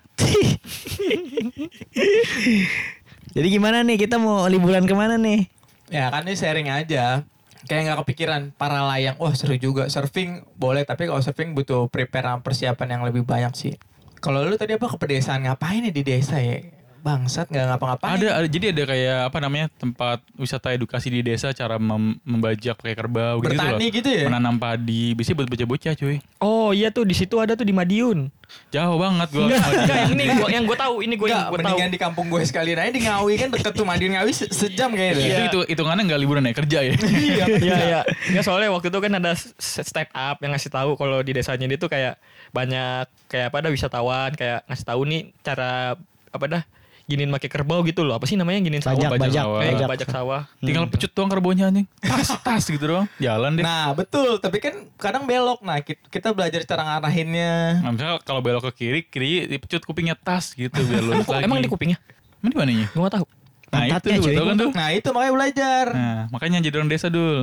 D: Jadi gimana nih kita mau liburan kemana nih?
C: Ya kan ini sharing aja. Kayak nggak kepikiran para layang. Wah seru juga. Surfing boleh tapi kalau surfing butuh prepare persiapan yang lebih banyak sih. Kalau lu tadi apa ke pedesaan ngapain ya di desa ya? Bangsat nggak ngapa-ngapain.
B: Ada, ada jadi ada kayak apa namanya tempat wisata edukasi di desa cara mem- membajak pakai kerbau gitu loh.
C: Bertani gitu ya?
B: Menanam padi, bisa buat bocah-bocah cuy.
A: Oh iya tuh di situ ada tuh di Madiun.
B: Jauh banget gua.
A: Enggak, enggak yang ini gua yang gua tahu, ini gua yang
C: Enggak,
A: gua tahu.
C: mendingan di kampung gue sekalian aja di Ngawi kan deket tuh Madiun Ngawi se- sejam
B: itu
C: kayaknya.
B: itu hitungannya nggak liburan ya kerja
C: <laughs>
B: ya.
C: Iya.
A: Iya iya. Enggak soalnya waktu itu kan ada s- step up yang ngasih tahu kalau di desanya dia tuh kayak banyak kayak apa ada wisatawan kayak ngasih tahu nih cara apa dah ginin pakai kerbau gitu loh. Apa sih namanya ginin sawah?
B: bajak
D: Bajak, bajak,
B: sawah.
A: Kayak
D: bajak.
A: bajak sawah.
B: Tinggal pecut doang kerbonya anjing. Tas tas gitu doang. Jalan deh. Nah,
C: Nah betul, tapi kan kadang belok. Nah ki- kita belajar cara ngarahinnya.
B: Nah, misalnya kalau belok ke kiri, kiri dipecut kupingnya tas gitu
A: <laughs>
B: biar lurus
A: Kok
B: lagi.
A: Oh, emang di kupingnya?
B: Emang di mananya?
A: Gua gak tahu.
B: Nah, itu
D: Pantatnya,
B: tuh,
D: cuy.
B: tau kan tuh.
C: Nah itu makanya belajar.
B: Nah, makanya jadi orang desa dul.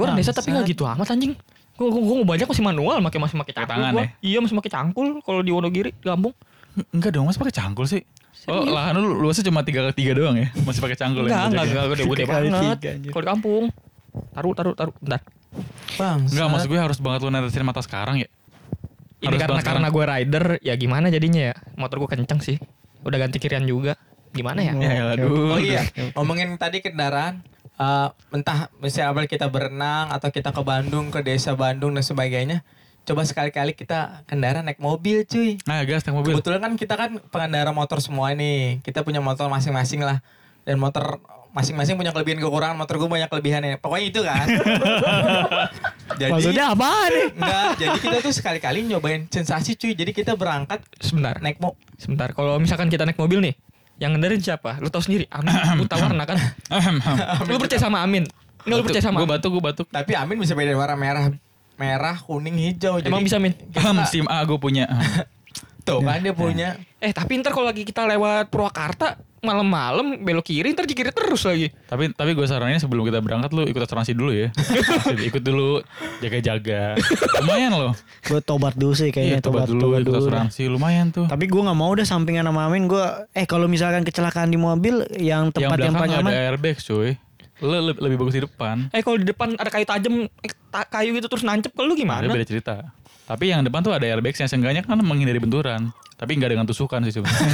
A: Gua orang desa tapi gak gitu amat anjing. Gua, gua, gua mau bajak masih manual, pakai masih pakai cangkul.
B: tangan
A: gua.
B: ya?
A: Iya masih pakai cangkul kalau di Wonogiri di Lampung.
B: Enggak dong, mas pakai cangkul sih. Oh, lahan lu luasnya cuma 3 ke 3 doang ya. Masih pakai cangkul
A: Enggak,
B: ya.
A: enggak, enggak,
B: bajaknya?
A: gede, gede
D: Tiga kali
A: banget.
D: tiga, anjir.
A: Kalau di kampung. Taruh, taruh, taruh. Bentar.
C: Bang,
B: Enggak, maksud gue harus banget lu netesin mata sekarang ya.
A: Ini
B: Harus
A: karena
B: banget
A: karena gue rider, ya gimana jadinya ya? Motor gue kenceng sih. Udah ganti kirian juga. Gimana ya?
B: Ya elah dul.
C: Oh iya, ngomongin tadi kendaraan. eh, entah misalnya kita berenang atau kita ke Bandung, ke desa Bandung dan sebagainya. Coba sekali-kali kita kendaraan naik mobil cuy.
B: Nah, gas tank mobil.
C: Kebetulan kan kita kan pengendara motor semua nih. Kita punya motor masing-masing lah. Dan motor masing-masing punya kelebihan kekurangan. Motor gue banyak kelebihannya. Pokoknya itu
A: <laughs>
C: kan. jadi
D: Maksudnya apa nih?
C: enggak, jadi kita tuh sekali-kali nyobain sensasi cuy. Jadi kita berangkat
A: Sebentar,
C: naik mo
A: sebentar. Kalau misalkan kita naik mobil nih, yang ngendarin siapa? Lu tahu sendiri. Amin, lu tawar kan? lu percaya sama Amin? Enggak lu percaya sama?
B: Gue batuk, gue batuk.
C: Tapi Amin bisa bedain warna merah, merah, kuning, hijau. Jadi
A: Emang bisa, Min?
B: Paham, SIM A gue punya.
C: Tuh kan dia punya.
A: Eh, tapi ntar kalau lagi kita lewat Purwakarta malam-malam belok kiri, ntar di kiri terus lagi.
B: tapi tapi gue saranin sebelum kita berangkat lu ikut asuransi dulu
D: <laughs>
B: ya. Jadi ikut dulu, jaga-jaga. Lumayan loh.
D: Gue tobat dulu sih
B: Iya,
D: kayaknya
B: coba
D: tobat,
B: dulu
D: tobat
B: ikut
D: dulu.
B: asuransi, lumayan tuh.
D: Tapi gue nggak mau udah sampingan sama Amin. Gue eh kalau misalkan kecelakaan di mobil yang
B: Yang
D: tempat
B: belakang
D: yang, paling
B: nggak
D: aman. <laughs>
B: ada airbag cuy. Lu le- lebih bagus di depan.
A: Eh, kalau di depan ada kayu tajam, eh, ta- kayu gitu terus nancep ke lu
B: Ada
A: gimana?
B: beda cerita. Tapi yang depan tuh ada airbag yang seenggaknya kan menghindari benturan. Tapi nggak dengan tusukan sih
D: <laughs>
B: sebenarnya.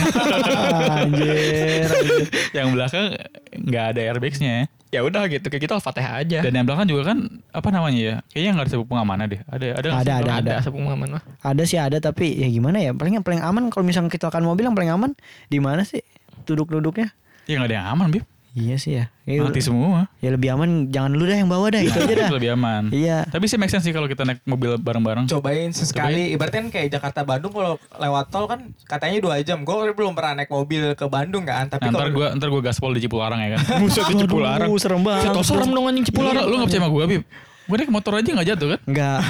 D: Anjir.
B: <laughs> yang belakang nggak ada airbagsnya.
A: Ya udah gitu, kayak gitu Al-Fatihah
D: Iya.
A: aja.
B: Dan yang belakang juga kan apa namanya ya? Kayaknya nggak ada sabuk pengamannya deh. Ada ada nggak
D: Ada,
B: sih?
D: ada, ada.
A: ada sepung aman lah.
D: Ada sih ada tapi ya gimana ya? Paling yang paling aman kalau misalkan kecelakaan mobil yang paling aman di mana sih? Duduk-duduknya?
B: Ya nggak ada yang aman bib.
D: Iya sih ya. Ya,
B: Mati semua.
D: ya lebih aman jangan lu dah yang bawa dah itu
B: Nah,
D: aja dah.
B: itu lebih aman.
D: Iya.
B: Tapi sih make sense sih kalau kita naik mobil bareng-bareng.
C: Cobain sesekali. Ibaratnya kan kayak Jakarta Bandung kalau lewat tol kan katanya dua jam. Gue belum pernah naik mobil ke Bandung kan. Tapi
B: Nah, ntar
C: kalau
B: gue ntar gue gaspol di Cipularang ya kan.
A: Buset di Cipularang.
D: Aduh, serem banget.
A: Tau serem dong anjing
B: lu,
A: Cipularang.
B: lu nggak percaya sama gue bib? Gue naik motor aja nggak jatuh kan?
D: Enggak.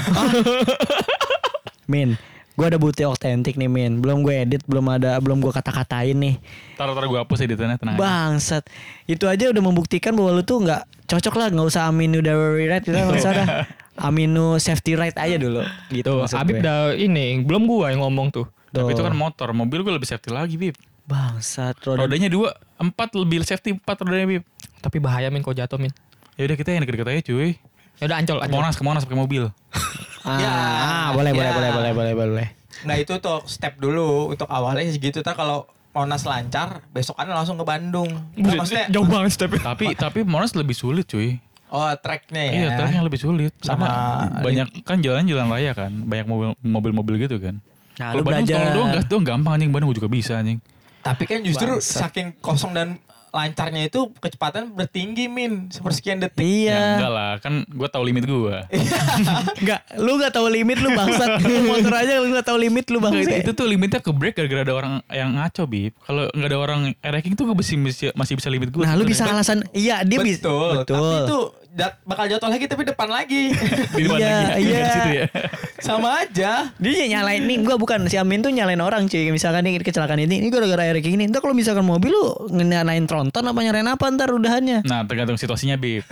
D: Min, gue ada bukti otentik nih Min. Belum gue edit, belum ada, belum gue kata-katain nih.
B: Taruh taruh gue hapus editannya tenang. aja.
D: Bangsat. Itu aja udah membuktikan bahwa lu tuh nggak cocok lah, nggak usah Aminu Diary Right, kita nggak usah dah. Aminu Safety Right aja dulu.
A: gitu.
D: maksud
A: Abib
D: gue.
A: dah ini belum gua yang ngomong tuh.
B: Tapi itu
D: Tuh.
B: kan motor, mobil gue lebih safety lagi bib.
D: Bangsat. Roda.
B: Rodanya dua, empat lebih safety empat rodanya bib.
A: Tapi bahaya min kau jatuh min.
B: Ya udah kita yang deket-deket aja cuy.
A: Ya udah ancol
B: Ke
A: ancol.
B: Monas ke Monas pakai mobil.
D: Ah,
C: Ya.
D: ah, boleh, boleh,
C: Ya.
D: boleh, boleh, boleh, boleh.
C: Nah itu tuh step dulu untuk awalnya segitu. Ntar kalau Monas lancar, besokannya langsung ke Bandung. Nah,
A: Buset,
C: maksudnya
A: jauh banget
B: <laughs>
A: stepnya.
B: tapi tapi Monas lebih sulit cuy.
C: oh tracknya ya.
B: Iya, ternyata lebih sulit.
C: Sama-
B: Sama banyak kan jalan jalan raya kan, banyak mobil mobil mobil gitu kan.
D: Nah,
B: Kalau
D: lu
B: Bandung
D: belajar.
B: tol doang gas doang gampang anjing Bandung gua juga bisa anjing.
C: Tapi kan justru
D: Bangsat.
C: saking kosong dan lancarnya itu kecepatan bertinggi min sepersekian detik.
B: Ya, Eh,
D: Iya.
B: enggak lah, kan gue tahu limit gue.
D: Enggak, lu enggak tahu limit lu bangsat. Motor aja lu enggak tahu limit lu
B: Enggak,
D: bangsat.
B: itu tuh limitnya ke break gara-gara ada orang yang ngaco bib. Kalau nggak ada orang ranking tuh gue masih, masih masih bisa limit gue.
D: Nah, lu bisa alasan iya dia bisa.
C: betul. Tapi
D: Betul.
C: itu jat- bakal jatuh lagi tapi depan lagi.
B: di depan
D: Iya,
B: lagi. <laughs>
D: iya.
B: Di situ ya.
C: Sama aja.
D: Dia nyalain nih, gua bukan si Amin tuh nyalain orang cuy. Misalkan nih kecelakaan ini, ini gara-gara air kayak gini. Entar kalau misalkan mobil lu ngenyalain tronton apa nyalain apa ntar udahannya.
B: Nah, tergantung situasinya bib.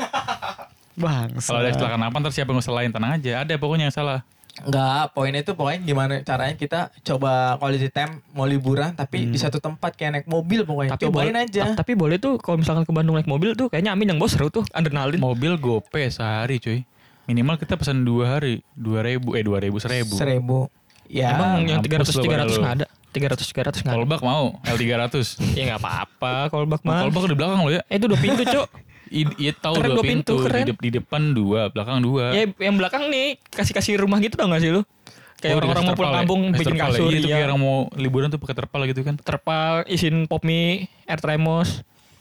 B: Kalau ada
D: Bangsat.
B: kecelakaan apa ntar siapa yang selain tenang aja. Ada pokoknya yang salah.
C: Enggak, poinnya itu pokoknya gimana caranya kita coba quality time mau liburan tapi di satu tempat kayak naik mobil pokoknya. Cobain
A: boleh-
C: aja.
A: ta- Hmm. Tapi boleh tuh kalau misalkan ke Bandung naik mobil tuh kayaknya Amin yang bos seru tuh adrenalin.
B: Mobil gope sehari cuy. Minimal kita pesan dua hari, dua ribu, eh dua ribu, seribu.
C: Seribu. Ya.
A: Emang yang 300
B: mampus lu pada
A: 300
B: lu.
A: enggak ada. 300 300 enggak ada.
B: Kolbak mau, L 300
A: Ya enggak apa-apa kolbak mah.
B: Kolbak di belakang lo ya.
A: Eh itu dua pintu, Cuk.
B: I- Iya tahu
A: Keren,
B: dua
A: dua pintu,
B: pintu, Di
A: keren.
B: de- di, depan dua, belakang dua.
A: ya yang belakang nih kasih-kasih rumah gitu tau gak sih lu? Kayak
B: Oh,
A: orang-orang
B: dikasih
A: mau pulang
B: terpal ya.
A: kampung
B: Dikasih
A: bikin
B: terpal ya.
A: kasur
B: Iya, itu
A: iya.
B: kayak orang mau liburan tuh pakai terpal gitu kan.
A: Terpal, isin pop mie, air tremos.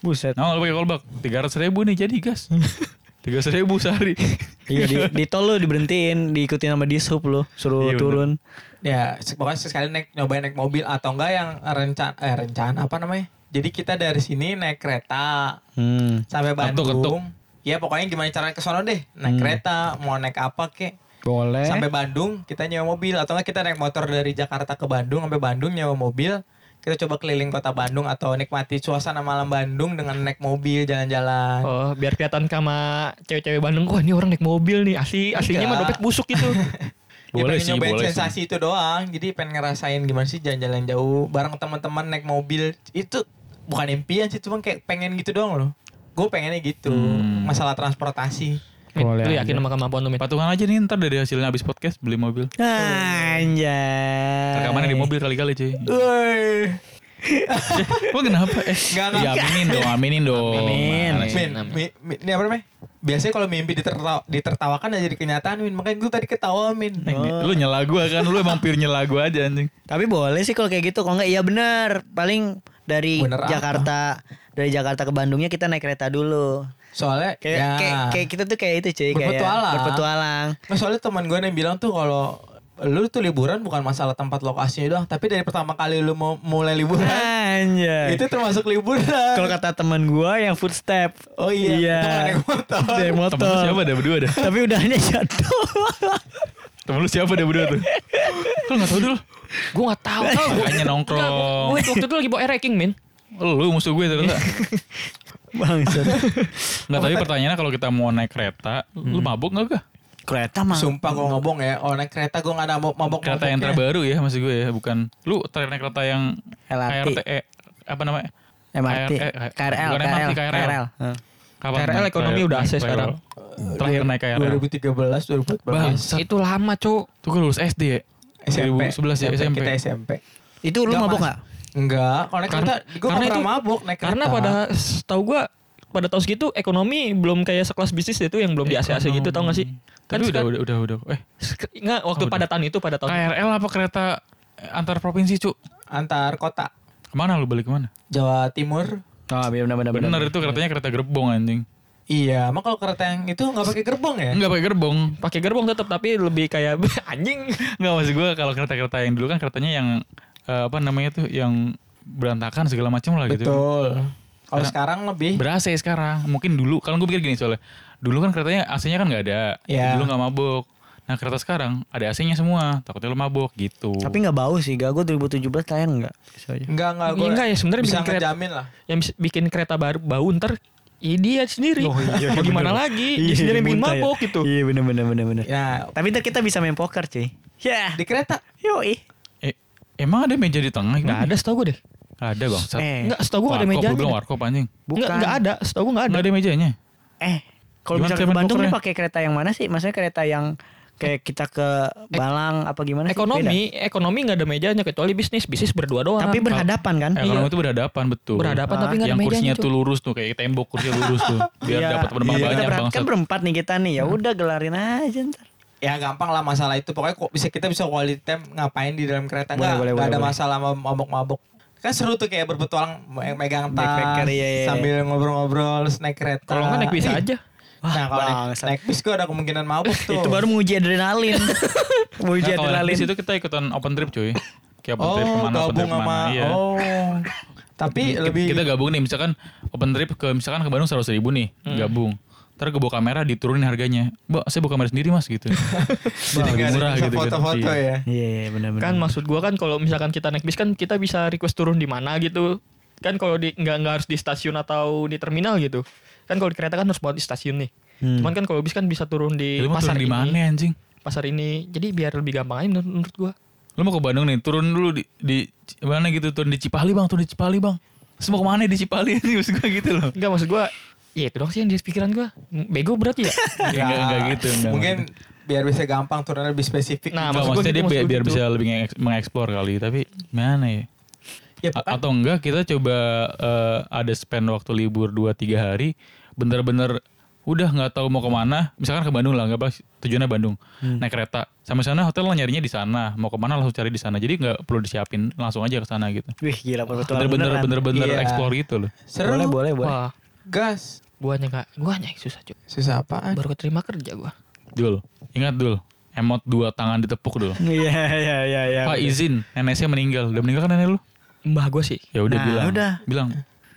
D: Buset.
B: Nah, kalau pakai kolbak tiga ratus ribu nih jadi
A: <laughs>
B: gas. Tiga ratus ribu sehari.
D: Iya di, di tol lu diberhentiin, diikutin sama dishub lu, suruh
B: Iya, bener.
D: turun.
C: Ya, se- pokoknya sekali naik nyobain naik mobil atau enggak yang rencana eh rencana apa namanya? Jadi kita dari sini naik kereta
D: Hmm.
C: sampai Bandung.
B: ketuk.
C: Ya pokoknya gimana cara ke sono deh,
A: Hmm.
C: naik kereta, mau naik apa kek.
D: Boleh.
C: Sampai Bandung kita nyewa mobil atau enggak kita naik motor dari Jakarta ke Bandung sampai Bandung nyewa mobil. Kita coba keliling kota Bandung atau nikmati suasana malam Bandung dengan naik mobil jalan-jalan.
A: Oh, biar kelihatan sama cewek-cewek Bandung. Wah, ini orang naik mobil nih. Asli aslinya mah dompet
C: Enggak.
A: busuk gitu.
C: Ya,
B: Boleh
C: pengen
B: sih,
C: nyobain
B: boleh
C: sensasi itu doang. Jadi pengen ngerasain gimana sih jalan-jalan jauh bareng teman-teman naik mobil. Itu bukan impian sih, cuma kayak pengen gitu doang loh. Gue pengennya gitu. Masalah transportasi.
A: Mit,
D: Boleh
A: lu yakin sama kemampuan lu, Mit?
B: Patungan aja nih ntar dari hasilnya habis podcast beli mobil.
D: Anjay.
B: Rekamannya di mobil kali-kali cuy.
C: Woi.
B: Lu kenapa? Eh,
C: Enggak, enggak.
B: ya, aminin dong, aminin dong.
D: Amin.
B: Mana sih?
C: Min, mi, mi- ini apa namanya? Biasanya kalau mimpi ditertaw- ditertawakan gak jadi kenyataan, Min. Makanya gue tadi ketawa, Min.
B: Lu nyela gua kan, lu emang pure nyela gua aja anjing.
D: Tapi boleh sih kalau kayak gitu. Kalau enggak iya benar. Paling dari
C: Bener apa?
D: Jakarta dari Jakarta ke Bandungnya kita naik kereta dulu.
C: Soalnya
D: Kayak,
C: ya.
D: kayak, kayak kita tuh kayak itu cuy
C: Berpetualang.
D: kayak berpetualang.
C: Nah, soalnya teman gue yang bilang tuh kalau lu tuh liburan bukan masalah tempat lokasinya doang, tapi dari pertama kali lu mau mulai liburan,
D: Anjay.
C: itu kan- termasuk liburan.
D: Eh. Kalau kata teman gua yang footstep.
C: Oh iya,
D: Iya.
C: itu kan naik motor.
D: Naik motor.
B: Temen lu siapa ada berdua dah?
D: Tapi udahnya jatuh.
B: Temen lu siapa ada berdua tuh? Lu gak tau dulu.
A: Gue gak tau. Gue
B: Hanya nongkrong.
A: Gue waktu itu lagi bawa ranking, Min.
B: Lu musuh gue
A: <laughs>
B: ternyata.
D: Bangsat.
B: Enggak tapi pertanyaannya kalau kita mau naik kereta, lu
A: Hmm.
B: mabuk gak gak?
D: kereta mah.
C: Sumpah gue ngobong ya, oh naik kereta gue gak ada
A: Oh,
C: mabok mabok
B: Kereta yang terbaru ya maksud gue ya, bukan. Lu terakhir naik kereta yang
D: LRT.
B: eh, apa namanya?
D: MRT,
B: KR, eh,
D: KRL,
B: bukan MRT,
D: KRL,
B: KRL.
D: KRL. Heeh.
B: Kapan
A: KRL
B: naik-
A: ekonomi
B: terakhir
A: udah
B: naik
A: AC
B: KRL?
A: sekarang.
B: Eh,
A: Iya,
B: Terakhir naik KRL.
C: 2013 2014
B: Bangsat.
A: Itu lama, Cuk.
B: Tuh gue lulus SD ya?
C: SMP
B: 2011 ya SMP.
C: kita SMP
D: Itu lu
C: Nggak,
D: mabok
C: Mas.
D: gak?
C: enggak kalau naik kereta
A: Karena-
C: gue gak
A: karena
C: pernah
A: itu-
C: mabok naik kereta
A: Karena pada tahu gue pada tahun segitu ekonomi belum kayak sekelas bisnis itu yang belum di AC-AC gitu tau gak sih? Kan
B: Tapi udah,
A: sekarang-
B: udah, udah, udah. Eh,
A: Sek- Nggak, waktu
B: Oh,
A: pada
B: udah.
A: tahun itu pada tahun
B: KRL apa kereta eh, antar provinsi, Cuk?
C: antar kota
B: Kemana lu balik kemana?
C: Jawa Timur
D: Oh, benar benar
B: Bener, itu keretanya kereta gerbong anjing.
C: iya emang kalau kereta yang itu gak pakai gerbong
A: Eh.
C: ya
B: Enggak pakai gerbong.
A: pakai gerbong tetap tapi lebih kayak <laughs> anjing
B: Enggak maksud gue kalau kereta-kereta yang dulu kan keretanya yang eh, apa namanya tuh yang berantakan segala macam lah gitu.
C: betul kalau sekarang lebih
B: Ber-AC sekarang. Mungkin dulu kalau gue pikir gini soalnya. Dulu kan keretanya AC-nya kan nggak ada.
C: Iya.
B: Dulu nggak mabuk. Nah kereta sekarang ada AC-nya semua. Takutnya lu mabuk gitu.
D: Tapi gak bau sih, gak. Gue 2017 kalian gak? Bisa aja.
C: enggak enggak
A: Iya,
C: gue
A: enggak ya, sebenarnya
C: bisa
A: bikin kereta-
C: ngejamin lah
A: yang bis- bikin kereta baru bau ntar ya dia sendiri
B: Oh, iya,
A: <laughs> mau gimana
B: bener.
A: lagi dia sendiri yang bikin
D: muntah ya.
A: mabok gitu
D: Iya benar benar benar benar.
C: ya
D: Tapi ntar kita bisa main poker cuy. Ya.
C: di kereta
D: Yoi.
B: Eh, emang ada meja di tengah?
A: nggak
B: gimana?
A: ada setahu gue deh
B: Nggak ada bang. Sat.
D: Eh,
A: nggak setahu gue nggak ada
B: Warkop,
A: meja
B: lu bilang warkop anjing.
A: nggak
D: Bukan.
A: nggak ada setahu gue nggak ada
B: Nggak ada mejanya.
D: eh. Kalau
B: Gimana
D: bisa
B: cara
D: ke
B: main
D: Bandung
B: pokernya?
D: nih pakai kereta yang mana sih? Maksudnya kereta yang kayak kita ke
B: Eh,
D: Balang apa gimana sih?
A: ekonomi ekonomi nggak ada mejanya kecuali bisnis bisnis berdua
D: Beda.
A: doang
D: Tapi berhadapan kan?
B: Eh, Ekonomi itu berhadapan betul.
A: Berhadapan tapi nggak ada
B: Yang kursinya
A: mejanya,
B: tuh lurus tuh kayak tembok kursinya lurus tuh. Biar
D: Iya.
B: dapat penumpang
D: Iya.
B: banyak
D: Kita
B: bang.
D: berhad- Kan berempat nih kita nih. Ya udah gelarin aja ntar.
C: ya gampang lah masalah itu pokoknya kok bisa kita bisa quality time ngapain di dalam kereta
D: Boleh,
C: nggak
D: boleh,
C: nggak
D: boleh,
C: ada
D: boleh.
C: masalah sama mabok-mabok kan seru tuh kayak berpetualang me- megang tas
D: Backpacker, iya, iya, iya.
C: sambil ngobrol-ngobrol terus naik kereta
A: Kalau nggak naik bis
C: Ih,
A: aja.
C: nah kalau naik,
D: bangsat.
C: naik bis gue ada kemungkinan
A: <laughs>
C: mabuk tuh
D: Itu baru menguji adrenalin. <laughs> menguji
B: Nah, kalau
D: adrenalin.
B: di situ kita ikutan open trip cuy. Kayak open
C: oh
B: trip kemana, open
C: gabung
B: trip kemana.
C: sama
B: Iya.
C: oh
A: Ya,
C: tapi
B: Ki-
C: lebih
B: Kita gabung nih, misalkan open trip ke misalkan ke Bandung seratus ribu nih,
A: Hmm.
B: gabung. Ntar gue bawa kamera diturunin harganya. Mbak, saya bawa kamera sendiri mas
A: <laughs>
B: gitu. Jadi
C: nggak
B: lebih
C: ada
B: murah
C: bisa
B: gitu. kan.
C: foto-foto
B: Iya.
C: ya
D: Iya, iya, benar-benar.
A: Kan maksud gua kan kalau misalkan kita naik bis kan kita bisa request turun di mana gitu. Kan kalau di nggak nggak harus di stasiun atau di terminal gitu. Kan kalau di kereta kan harus buat di stasiun nih.
D: Hmm.
A: Cuman kan kalau bis kan bisa turun di
B: Ya Lu mau
A: pasar
B: turun di mana
A: ini.
B: anjing?
A: Pasar ini. Jadi biar lebih gampang aja menurut, menurut gua.
B: Lu mau ke Bandung nih, turun dulu di, di mana gitu, turun di Cipali bang, turun di Cipali bang. Terus mau kemana di Cipali <laughs> nih, maksud gue gitu loh.
A: Enggak maksud gua Ya itu dong sih yang di pikiran gua. Bego <laughs> berarti ya?
B: Enggak, enggak gitu. enggak.
C: Nah, mungkin biar bisa gampang turun lebih spesifik
A: Nah,
B: Enggak,
A: maksud gua gitu,
B: maksudnya dia
A: maksud
B: biar,
A: gua
B: biar
A: gitu.
B: bisa lebih nge- mengeksplor kali, tapi mana ya?
C: Ya,
B: A-
D: ah.
B: atau enggak kita coba eh, ada spend waktu libur 2-3 hari bener-bener udah nggak tahu mau kemana misalkan ke Bandung lah nggak apa tujuannya Bandung
D: Hmm.
B: naik kereta sampai sana hotel lah nyarinya di sana mau kemana langsung cari di sana jadi nggak perlu disiapin langsung aja ke sana gitu
D: Wih, gila perpetualang
B: bener-bener
D: beneran.
B: bener-bener
C: Iya.
B: explore gitu loh
C: seru
D: Boleh, boleh, boleh.
A: Wah,
C: gas
A: guanya enggak, guanya yang susah, Cuk.
C: susah apaan
A: Baru keterima kerja gua.
B: Dul ingat Dul emot dua tangan ditepuk Dul
D: Iya, iya, iya, iya.
B: Pak izin nenek saya meninggal udah meninggal kan nenek lu
A: Mbah gua sih.
B: ya udah
D: Nah,
B: bilang
D: udah.
B: bilang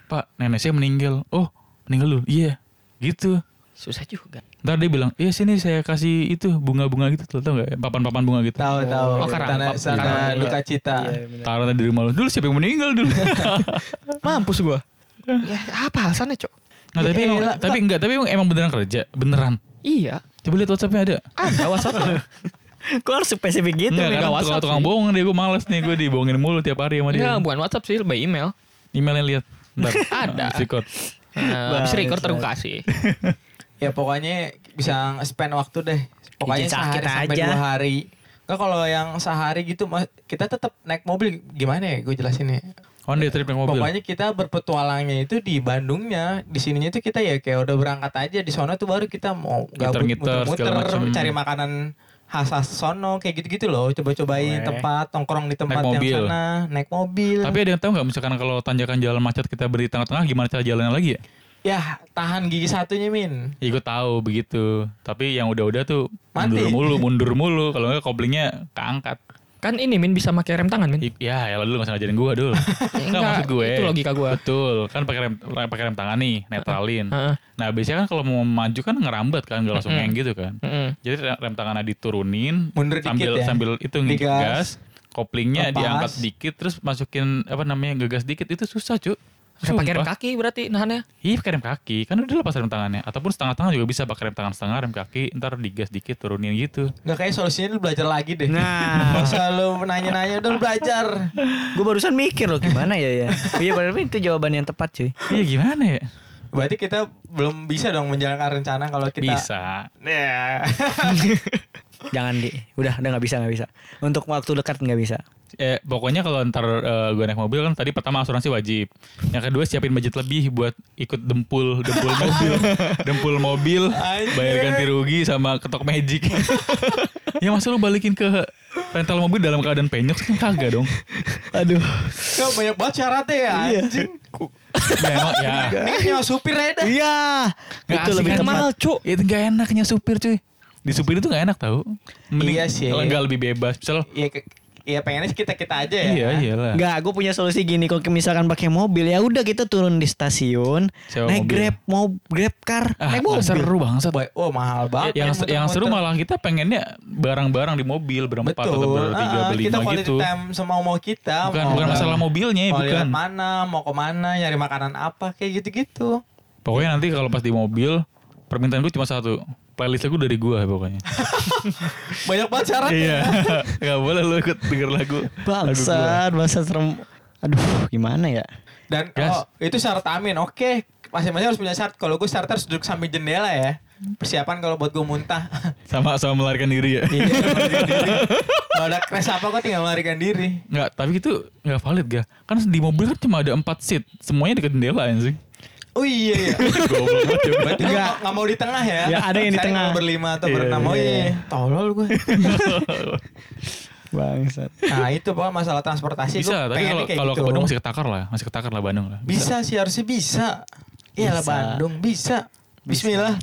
B: Pak nenek saya meninggal oh meninggal lu iya gitu
A: Susah juga.
B: Ntar dia bilang, iya sini saya kasih itu bunga-bunga gitu, tuh, tau gak? Papan-papan bunga gitu.
C: tahu tahu
A: Oh, karena- karena-
C: Tanah- sana
A: karena-
C: duka cita
B: Taruh di rumah lu. Dulu siapa yang
A: <laughs>
B: meninggal dulu? Nah,
A: Mampus <laughs> gua. Ya, apa alasannya, Cok?
B: nah, tapi emang,
A: Yaelah,
B: tapi enggak, tapi emang, emang beneran kerja, beneran.
A: Iya.
B: Coba lihat WhatsAppnya ada.
A: Ada <laughs> WhatsApp.
D: Kok harus spesifik gitu?
B: Enggak,
A: megang
B: karena
A: WhatsApp
B: tukang, tukang
A: sih. Iya,
B: bohong deh, gue males nih, gue dibohongin mulu tiap hari sama
A: Enggak,
B: dia.
A: bukan WhatsApp sih, lebih email.
B: Emailnya lihat. Ntar.
A: <laughs> Ada.
B: Sikot.
A: Nah, habis record ntar gua kasih.
C: ya pokoknya bisa spend waktu deh pokoknya
D: Izin sakit
C: sehari sampai
D: aja.
C: dua hari Enggak kalau yang sehari gitu Mas, kita tetap naik mobil gimana ya gue jelasin ya
B: On day trip naik mobil.
C: Pokoknya kita berpetualangnya itu di Bandungnya, di sininya tuh kita ya kayak udah berangkat aja di sono tuh baru kita mau gabut
B: Ngiter-ngiter,
C: muter-muter,
B: segala macem.
C: cari makanan khas khas sono kayak gitu-gitu loh, coba-cobain
D: Boleh.
C: tempat, tongkrong di
B: Naik
C: tempat yang
B: mobil.
C: sana, naik mobil.
B: Tapi ada yang tahu nggak misalkan kalau tanjakan jalan macet kita beri tengah-tengah gimana cara jalannya lagi ya?
C: Yah, tahan gigi satunya Min.
B: Ya gue tahu begitu. Tapi yang udah-udah tuh
C: Mati.
B: mundur mulu, mundur mulu. Kalau nggak koblingnya keangkat.
A: Kan ini Min bisa pakai rem tangan, Min. Ya,
B: I- Ya, ya lu gak usah ngajarin gue
A: <laughs>
B: dulu. Enggak,
A: enggak,
B: maksud gue.
A: itu logika gue.
B: Betul, kan pakai rem pakai rem tangan nih, netralin.
A: Heeh.
B: Nah, biasanya kan kalau mau maju kan ngerambat kan, gak langsung
A: Mm-mm.
B: yang gitu kan.
A: Mm-mm.
B: Jadi re- rem tangannya diturunin,
C: Mundur dikit
B: sambil
C: ya.
B: sambil itu ngikut
C: Digas.
B: gas, koplingnya
C: Lepas.
B: diangkat dikit terus masukin apa namanya ngegas dikit itu susah, Cuk.
A: Bisa pakai rem
B: Sumpah.
A: kaki berarti nahannya.
B: Iya pakai rem kaki Kan udah lepas rem tangannya Ataupun setengah tangan juga bisa pakai rem tangan setengah Rem kaki Ntar digas dikit turunin gitu
C: Enggak kayak solusinya lu belajar lagi deh. <laughs>
D: Nah.
C: Masa lu nanya-nanya udah lu belajar.
D: Gue barusan mikir loh gimana ya ya. Iya benar itu jawaban yang tepat cuy.
B: Iya gimana ya
C: Berarti kita belum bisa dong menjalankan rencana kalau kita
B: Bisa
C: Ya. <laughs>
D: Jangan di, udah udah nggak bisa nggak bisa. Untuk waktu dekat nggak bisa.
B: Eh, pokoknya kalau ntar eh, gue naik mobil kan tadi pertama asuransi wajib. Yang kedua siapin budget lebih buat ikut dempul, dempul mobil, dempul mobil, bayar ganti rugi sama ketok magic. ya masa lu balikin ke rental mobil dalam keadaan penyok kan kagak dong.
D: Aduh.
C: Kok banyak banget syaratnya ya
B: Iya.
C: anjing.
B: Ya emang ya.
C: Ini nyawa supir aja dah.
D: Iya.
B: Nggak
D: itu
B: asik
D: lebih
B: kan,
D: tepat.
B: mahal, Cuk. Itu gak enaknya supir cuy. Di supir itu gak enak tau.
C: Iya sih.
B: Kalau nggak lebih bebas. Misal
C: Iya ke- Iya pengennya kita-kita aja ya.
B: iya iyalah.
D: Enggak, gue punya solusi gini. Kalau misalkan pakai mobil ya udah kita turun di stasiun,
B: Sewa
D: naik
B: mobil.
D: grab, mau grab car,
B: Ah,
D: naik
B: nggak
D: mobil.
B: seru bangsat.
C: Boy, oh mahal banget.
B: yang
C: muter-muter.
B: yang seru malah kita pengennya barang-barang di mobil berempat
C: betul.
B: atau bertiga
C: Ah,
B: berlima
C: kita Oh, quality
B: gitu.
C: time semau mau kita.
B: Bukan
C: mau
B: bukan
C: ke-
B: masalah mobilnya ya,
C: mau
B: bukan.
C: lihat mana, mau kemana, nyari makanan apa, kayak gitu-gitu.
B: Pokoknya nanti kalau pas di mobil permintaan gue cuma satu. Playlist lagu dari gue pokoknya.
C: Banyak banget syarat.
B: iya. <laughs> Gak boleh lu ikut denger lagu.
D: Bangsat, bangsat serem. Aduh, gimana ya?
C: Dan
B: Gas.
C: oh, itu syarat amin. Oke, masing-masing harus punya syarat. Kalau gue syarat harus duduk samping jendela ya. Persiapan kalau buat gue muntah.
B: Sama sama melarikan diri ya.
C: Iya, melarikan diri. Kalau ada crash apa gue tinggal melarikan diri.
B: Enggak, tapi itu enggak valid gak? Kan di mobil kan cuma ada 4 seat, semuanya dekat jendela
C: <laughs>
B: anjing.
C: Oh iya iya.
B: Goblok banget ya.
C: Berarti gue nggak nggak mau di tengah ya?
D: Ya, ada yang di
C: Saya nggak
D: tengah.
C: Eh, mau Berlima atau berenam. Oh iya. Tolol gue.
D: <laughs> Bangsat.
C: Nah itu pokoknya masalah transportasi
B: Bisa,
C: gua
B: tapi
C: pengennya
B: kalau
C: kayak
B: kalau ke
C: gitu.
B: Bandung masih ketakar lah, masih ketakar lah Bandung lah.
C: Bisa sih harusnya bisa. Iyalah
D: Bisa.
C: Bandung bisa. Bismillah.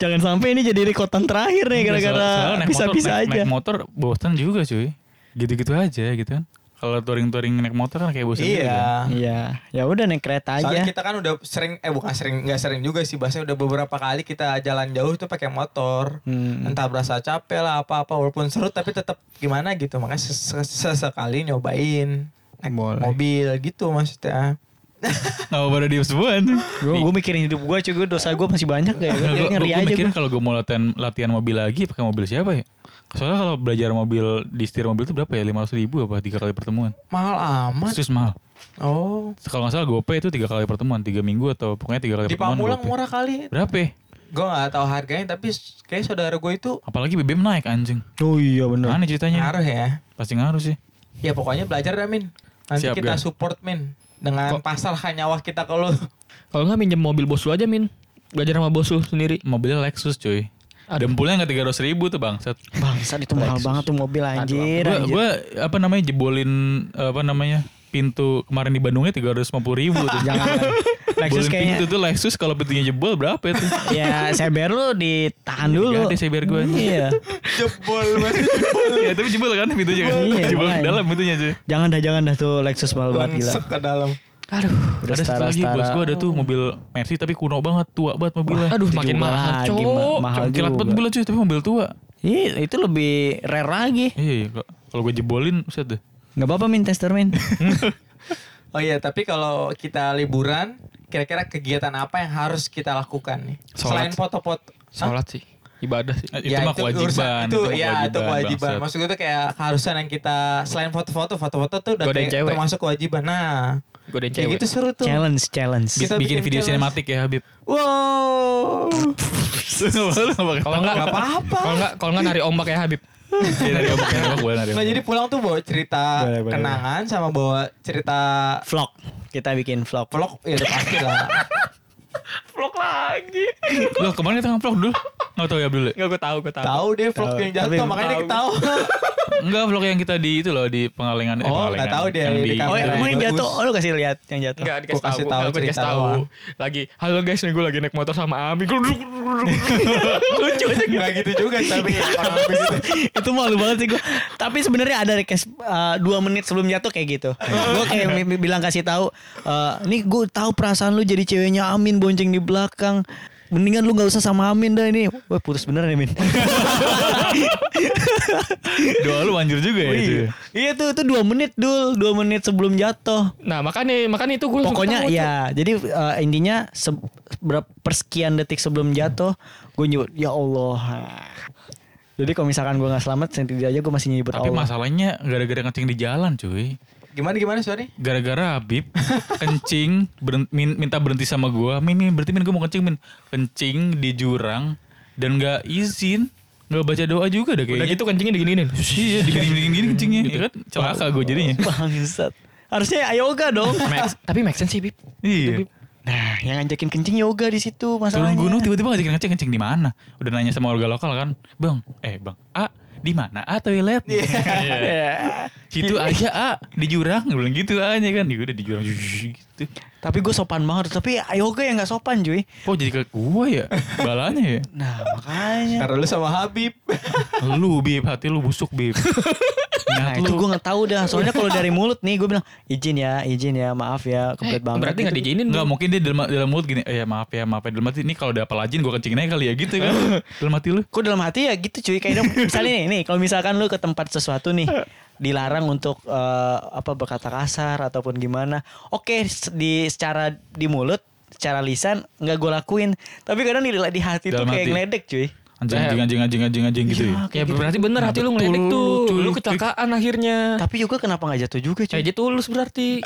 D: Jangan sampai ini jadi rekotan terakhir nih Iya, gara-gara
B: Iya, Soalnya naik
D: bisa-bisa
B: motor- naik-
D: aja.
B: Naik motor bosan juga cuy. Gitu-gitu aja gitu kan. Kalau touring-touring naik motor kan kayak bosan juga.
C: Iya.
D: Iya, ya udah naik kereta
C: Soalnya
D: aja.
C: kita kan udah sering eh bukan sering nggak sering juga sih bahasanya udah beberapa kali kita jalan jauh tuh pakai motor.
D: Hmm.
C: Entah berasa capek lah apa-apa walaupun seru tapi tetap gimana gitu. Makanya ses- ses- sesekali nyobain naik
D: Boleh.
C: mobil gitu maksudnya.
B: Nah, baru diem semua tuh.
D: Gue gue mikirin hidup gue cuy, gue dosa gue masih banyak
B: Nah,
D: ya. Gue
B: gua-
D: ya, ngeri
B: gua
D: aja
B: mikir
D: gue.
B: kalau gue mau latihan latihan mobil lagi pakai mobil siapa ya? Soalnya kalau belajar mobil di setir mobil itu berapa ya? 500 ribu apa? Tiga kali pertemuan.
C: Mahal amat.
B: Terus mahal.
C: Oh.
B: Kalau nggak salah GoPay itu tiga kali pertemuan, tiga minggu atau pokoknya tiga kali
C: Di
B: pertemuan.
C: Pamulang
B: GoPay.
C: murah kali.
B: Berapa? ya?
C: Gue nggak tahu harganya tapi s- kayak saudara gue itu
B: Apalagi BBM naik anjing.
D: Oh iya benar.
B: Mana ceritanya?
C: ngaruh ya.
B: Pasti ngaruh sih.
C: Ya pokoknya belajar dah Min. Nanti
B: Siap,
C: kita
B: Gan.
C: support Min dengan
A: Kok-
C: pasal nyawa kita ke lu.
A: Kalau nggak minjem mobil bos lu aja min. Belajar sama bos lu sendiri.
B: Mobilnya Lexus cuy.
A: Aduh.
B: Dempulnya nggak tiga ratus ribu tuh bangsat.
D: Bangsat itu mahal banget tuh mobil anjir.
B: Gue
D: anjir.
B: gue apa namanya jebolin apa namanya pintu kemarin di Bandungnya tiga ratus lima puluh ribu tuh.
D: Jangan. lah. Lexus
B: Jebolin
D: kayaknya.
B: pintu tuh Lexus kalau pintunya jebol berapa itu?
D: <laughs> Ya, seber lu ditahan dulu.
B: Gak ada seber gua.
D: Iya.
C: <laughs> Jebol
B: ya tapi jebol kan pintunya kan.
D: Iya,
B: <laughs> jebol
D: makanya.
B: ke dalam pintunya cuy.
D: Jangan dah, jangan dah tuh Lexus mahal banget gila.
C: Bangsek ke dalam.
A: Aduh.
D: Udah
B: ada satu lagi
D: setara-setara.
B: bos gue ada tuh mobil Mercy tapi kuno banget tua banget mobilnya.
A: Aduh
D: Itu
A: makin
D: juga
A: mahal.
D: lagi,
A: Cok.
D: Ma- mahal
B: Kilat banget
D: juga.
B: mobilnya cuy tapi mobil tua.
D: Ih, itu lebih rare lagi.
B: Iya iya kalau- kalau gue jebolin set deh.
D: Gak apa-apa min tester min.
C: Oh iya, tapi kalau kita liburan, kira-kira kegiatan apa yang harus kita lakukan nih? Selain
A: Sholat.
C: foto-foto. Hah?
A: Sholat sih. Ibadah sih.
B: Eh, Itu
D: Ya,
B: mah kewajiban.
C: urusan- itu,
B: mah
C: ya itu kewajiban.
B: bangsat.
C: Maksud gue tuh kayak keharusan yang kita selain foto-foto, foto-foto tuh udah
A: Godain
C: kayak
A: cewek.
C: termasuk kewajiban. Nah,
A: Godain
C: kayak
A: cewek.
C: gitu seru tuh.
D: challenge, challenge.
B: bikin
C: Kita bikin
B: video
C: challenge.
B: sinematik ya Habib. <laughs>
C: Wow.
A: Kalau nggak
C: Gak apa-apa.
A: Kalau nggak kalau nggak nari ombak ya Habib.
B: Iya, dari ombak dari ombak,
D: <laughs>
B: boleh dari
C: Nah,
B: ombak.
C: jadi pulang tuh bawa cerita
D: Boleh, boleh,
C: kenangan sama bawa cerita
D: Vlog. Kita bikin vlog.
C: vlog ya udah pasti lah.
A: Vlog lagi.
B: Loh kemarin kita nge-vlog dulu Nggak tahu ya dulu
A: Enggak gue tahu, gue tahu.
C: Tahu deh vlog yang jatuh
D: Tapi-
C: makanya dia ketawa.
B: Enggak vlog yang kita di itu loh Di pengalengan eh,
C: Oh,
B: pengalengan.
C: nggak tahu deh,
B: Yang di,
C: di
D: Oh,
C: Iya,
D: ya, emang yang
C: bagus.
D: jatuh. Oh, lu kasih lihat yang jatuh.
A: Enggak dikasih
C: Gua
A: tahu.
C: kasih tahu,
A: Gue dikasih
C: cerita
A: tahu.
C: doang.
A: Lagi, halo guys, nih gue lagi naik motor sama Ami. Lucu aja gitu.
C: Enggak gitu juga tapi orang gitu. habis itu.
D: itu malu banget sih gue. Tapi sebenarnya ada request eh, dua menit sebelum jatuh kayak gitu. gue kayak bi- bi- bilang kasih tahu, eh, nih gue tahu perasaan lu jadi ceweknya Amin bonceng di belakang. Mendingan lu nggak usah sama Amin dah ini. Wah putus bener nih Min.
B: Doa lu manjur juga ya cuy.
D: iya tuh itu dua menit dul, dua menit sebelum jatuh.
A: <laughs> Nah, makanya makanya itu gue
D: Pokoknya ya, jadi eh, intinya se berapa persekian detik sebelum jatuh, gue nyebut ya Allah. Jadi kalau misalkan gue nggak selamat, sendiri aja gue masih nyebut
B: Tapi
D: Allah.
B: masalahnya Gara-gara kencing di jalan cuy
C: Gimana gimana sorry?
B: Gara-gara Habib Kencing beren- min- Minta berhenti sama gua Min min berhenti min Gue mau kencing min Kencing di jurang Dan gak izin Gak baca doa juga dah
A: Udah
B: kayaknya
A: gitu kencingnya diginiin.
B: Iya digini-gini kencingnya Iya kan celaka gue
D: Iya.
B: jadinya
D: <laughs> Bangsat. Harusnya ya yoga dong.
A: Max, tapi make sense sih, Bib.
B: Iya
D: <laughs> nah, yang ngajakin kencing yoga di situ
B: Turun
D: masalahnya.
B: gunung tiba-tiba ngajakin kencing kencing di mana? Udah nanya sama warga lokal kan, bang, eh bang, A di mana? A toilet. <laughs> Iya. Situ aja A di jurang, Gua bilang gitu aja kan. Ya udah di jurang gitu.
D: Tapi gue sopan banget, tapi yoga yang nggak sopan, cuy.
B: Kok jadi ke gua ya? Balanya ya.
D: Nah, makanya.
C: Karena lu sama
A: <laughs>
C: Habib.
B: Lu bib, hati lu busuk bib. Niat
D: Nah, itu
B: lu.
D: gue nggak tahu dah. Soalnya kalau dari mulut nih gue bilang izin ya, izin ya, maaf ya, kebelet
A: Eh,
D: banget.
A: Berarti enggak
D: Gitu.
A: diizinin.
B: Enggak mungkin dia dalam, dalam mulut gini, eh ya maaf ya maaf ya dalam hati ini kalau udah apel aja gua kencingin aja kali ya gitu kan. dalam hati lu.
D: Kok dalam hati ya gitu cuy kayak dong, misalnya nih, nih kalau misalkan lu ke tempat sesuatu nih dilarang untuk eh, apa berkata kasar ataupun gimana. Oke se- di secara di mulut, secara lisan nggak gue lakuin. Tapi kadang di, di hati
B: Dalam
D: tuh kayak
B: hati.
D: ngeledek cuy.
B: Anjing anjing anjing anjing anjing anjing gitu ya.
A: Ya berarti bener hati lu ngeledek
B: Betul,
A: tuh.
B: cuy.
A: Lu kecelakaan akhirnya.
D: Tapi juga kenapa nggak jatuh juga cuy?
A: Kayak dia tulus berarti.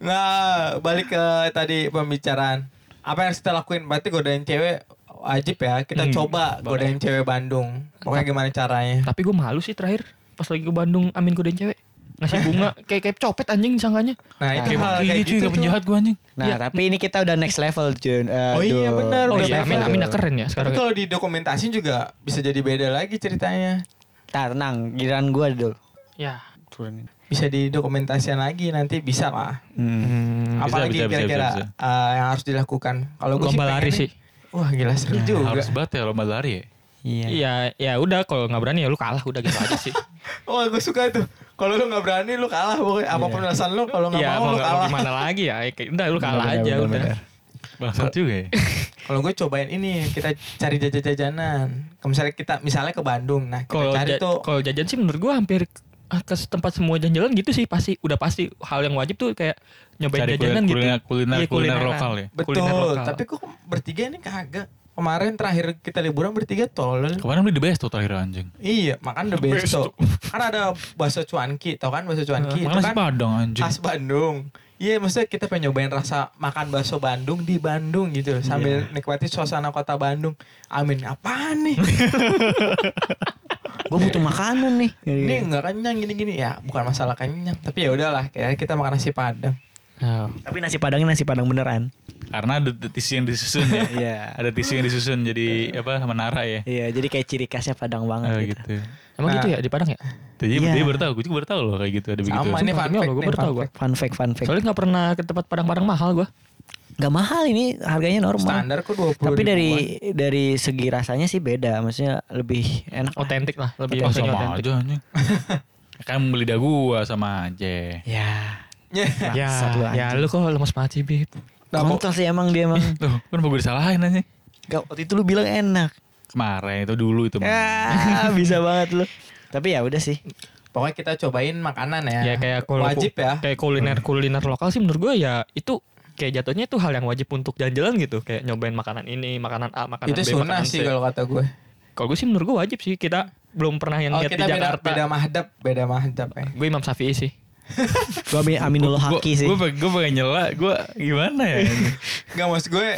C: Nah, balik ke tadi pembicaraan. Apa yang harus kita lakuin? Berarti godain cewek wajib ya. Kita
A: Hmm,
C: coba godain
A: <laughs>
C: cewek Bandung. Pokoknya gimana caranya?
A: Tapi gue malu sih terakhir pas lagi ke Bandung Amin godain cewek. ngasih bunga kayak kayak copet anjing sangkanya
C: Nah, itu
B: Kayak
C: hal
B: begini
C: <laughs> kayak
B: cuy,
C: gitu.
B: gak penjahat gue anjing.
D: Nah, tapi ini kita udah next level, Jun. Eh,
C: Oh iya,
D: Dul.
C: benar,
A: oh
C: udah
D: Next
A: iya
D: level,
A: amin amin
D: Dul.
A: keren ya
C: Tapi
A: sekarang
C: kalau di dokumentasi juga bisa jadi beda lagi ceritanya.
D: Tar, tenang, giliran gua, Dul.
A: ya
D: Turunin.
C: Bisa didokumentasikan lagi nanti bisa lah.
D: Hmm.
A: Hmm,
B: Bisa,
C: Apalagi
B: bisa, bisa,
C: kira-kira
B: bisa.
C: eh, yang harus dilakukan. Kalau gue
A: lomba lari sih Nah,
C: Wah, gila seru juga.
B: Harus banget ya lomba lari ya.
D: Iya.
A: iya ya udah kalau nggak berani ya lu kalah udah gitu aja sih
C: Wah, gue suka tuh. Kalau lu nggak berani lu kalah pokoknya apapun alasan lu kalau nggak
A: Iya mau,
C: mau, lu
A: mau
C: kalah.
A: gimana lagi ya Kayak udah lu kalah aja
D: Benar, benar,
A: udah
D: benar.
B: Bangsat juga ya.
C: Kalau gue cobain ini kita cari jajan-jajanan. Kalau misalnya kita misalnya ke Bandung, nah kita
A: kalau
C: cari
A: ja-
C: tuh
A: kalau jajan sih menurut gua hampir ah, ke tempat semua jalan-jalan gitu sih pasti udah pasti hal yang wajib tuh kayak nyobain
B: Cari
A: jajanan gitu
B: kuliner, kuliner, kuliner,
A: Iya,
B: kuliner
A: kulineran.
B: lokal ya.
C: betul.
A: kuliner lokal.
C: Tapi kok bertiga ini kagak. Kemarin terakhir kita liburan bertiga tolol.
B: Kemarin beli the best tuh terakhir anjing.
C: Iya, makan the best tuh. Kan ada bakso cuanki, tau kan
A: Eh,
C: bakso cuanki itu
B: Makan nasi
C: kan
B: padang anjing.
C: khas Bandung. Iya, maksudnya kita pengen nyobain rasa makan bakso Bandung di Bandung gitu loh, sambil
A: Iya.
C: nikmati suasana kota Bandung. Amin, apaan
A: <laughs>
C: nih?
A: Iya.
D: Gua butuh makanan nih.
C: Ini nggak kenyang gini-gini ya, bukan masalah kenyang, tapi ya udahlah, kayak kita makan nasi padang.
A: Nah,
D: Tapi nasi padangnya nasi padang beneran.
B: Karena ada tisu yang disusun ya.
D: Iya.
B: Ada tisu yang disusun jadi apa menara ya.
D: Iya, jadi kayak ciri khasnya padang banget
B: Eh,
D: gitu.
B: gitu.
A: emang
C: Nah.
A: gitu ya di Padang ya
B: Jadi
D: Iya.
B: dia baru tahu, gue juga baru tahu loh kayak gitu ada begitu.
C: Sama ini fun
A: Demi Allah, gua
C: fact nih,
A: baru
C: fun
A: tahu gua.
C: fact.
D: Fun fact, fun fact.
A: soalnya nggak pernah ke tempat Padang-Padang mahal gua
D: Gak mahal ini, harganya normal.
C: Standar kok 20
D: Tapi dari dari segi rasanya sih beda, maksudnya lebih enak.
A: otentik lah lebih
B: Oh,
A: rasanya
B: sama
A: otentik.
B: aja anjing.
D: <laughs>
B: kan beli dah gua sama aja.
D: Ya.
C: Ya.
A: ya
D: Bangsat lu
A: ya lu kok lemas banget sih Bib
C: Nah, kok-
D: Kontol sih emang
B: <laughs>
D: dia emang.
B: Tuh, kenapa gue disalahin anjing?
D: Gak, waktu itu lu bilang enak.
B: Kemarin itu dulu itu. Mang.
D: Ya, bisa banget lu. Tapi ya udah sih.
C: <laughs> Pokoknya kita cobain makanan ya.
A: ya kayak kalau
C: wajib ya.
A: kayak kuliner kuliner lokal sih menurut gua ya itu kayak jatuhnya itu hal yang wajib untuk jalan-jalan gitu kayak nyobain makanan ini makanan A makanan
C: Itu
A: B
C: sunnah
A: makanan C.
C: sih kalau kata gue.
A: kalau gue sih menurut gue wajib sih kita belum pernah yang
C: Oh,
A: lihat di
C: kita beda,
A: Jakarta
C: beda mahdab, beda mahdab ya.
A: gue Imam Syafi'i sih
D: Gua Ami- Aminul Haki sih.
B: Gue gue pengen nyela, gue gimana ya?
D: <laughs>
C: Gak maksud gue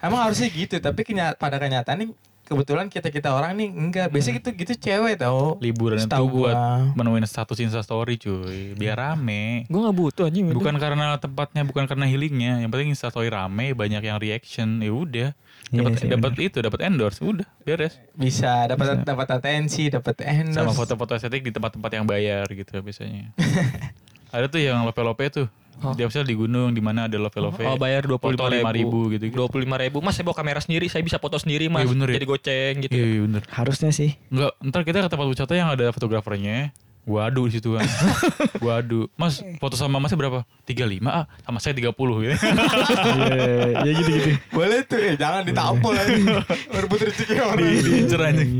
C: Emang harusnya gitu Tapi kenya- pada kenyataan nih Kebetulan kita-kita orang nih Enggak
A: Hmm.
C: Biasanya gitu-gitu cewek tau
B: Liburan itu
C: Setahu
B: buat
C: gua.
B: menemuin status instastory cuy, biar rame.
A: gue gak butuh anjing gitu. udah.
B: Bukan karena tempatnya, bukan karena healingnya. Yang penting instastory rame, banyak yang reaction, ya udah.
D: Iya
B: Dapat
D: sih,
B: dapat itu, dapat endorse, udah beres.
C: Bisa dapat dapat atensi Dapat endorse
B: Sama foto-foto estetik di tempat-tempat yang bayar gitu
A: <laughs>
B: biasanya. ada tuh yang lope-lope tuh. Dia misalnya di gunung di mana ada lope-lope.
A: Oh bayar dua puluh
B: lima ribu gitu.
A: dua puluh lima ribu mas saya bawa kamera sendiri saya bisa foto sendiri mas
B: Iya, bener ya.
A: jadi goceng gitu
B: Iya iya, bener.
D: Harusnya sih.
B: Enggak, ntar kita ke tempat wisata yang ada fotografernya. Gua adu di situ
A: <laughs>
B: kan. Gua adu. Mas, foto sama Masnya berapa? 35 ah, sama saya
A: <laughs>
B: 30 gitu.
D: <laughs> Iya, ya gitu-gitu.
C: Boleh tuh eh, Jangan ditampol
A: <laughs>
C: lagi Berebut rezeki orang
B: Diincer anjing.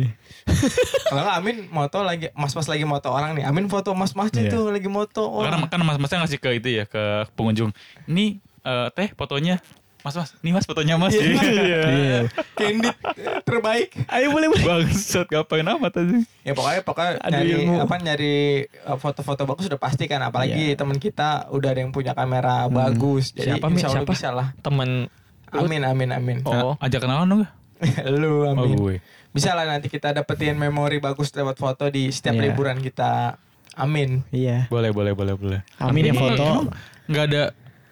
C: Kalau nggak, Amin moto lagi Mas-mas lagi moto orang nih Amin foto mas-mas
B: Iya.
C: itu Lagi moto
B: Karena
C: orang
B: kan Mas-masnya ngasih ke itu ya ke pengunjung. Nih eh, teh fotonya. Mas, Mas, nih Mas fotonya Mas. Iya.
C: Candid Terbaik
B: Ayo boleh boleh. Bangsat, ngapain amat anjing.
C: Ya pokoknya pokoknya
B: Aduh,
C: nyari
B: ilmu.
C: apa nyari eh, foto-foto bagus sudah pasti kan apalagi teman kita udah ada yang punya kamera bagus
A: Hmm.
C: jadi
A: Siapa, Mi?
C: insya Allah
A: Siapa?
C: bisa lah
A: temen
C: amin amin amin
A: Oh.
B: Nah, ajak kenalan dong.
C: <laughs> lu
B: Oh,
C: amin
B: gue.
C: bisa lah nanti kita dapetin memori bagus lewat foto di setiap
D: Iya.
C: liburan kita amin
D: Iya.
B: Boleh, boleh, boleh, boleh.
D: Amin ya
B: Emang-
D: foto.
B: emang Nggak ada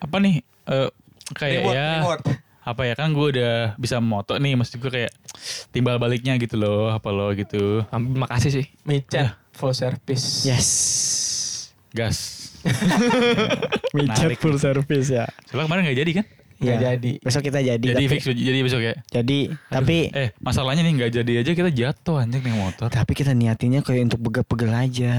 B: apa nih? eh, kayak
C: Reward,
B: ya
C: reward.
B: apa ya kan gue udah bisa moto nih maksud gue kayak timbal baliknya gitu loh apa lo gitu
A: Am- Ah, makasih sih
B: Iya.
C: micet full service
D: Yes.
B: gas
D: Micet full service ya.
B: soalnya kemarin nggak jadi kan
C: Nggak
D: Iya.
C: jadi.
D: Besok kita jadi.
B: jadi
D: tapi-
B: fix jadi besok ya
D: Jadi, tapi
B: eh masalahnya nih nggak jadi aja kita jatuh anjing nih motor
D: tapi kita niatinnya kayak untuk pegel-pegel aja.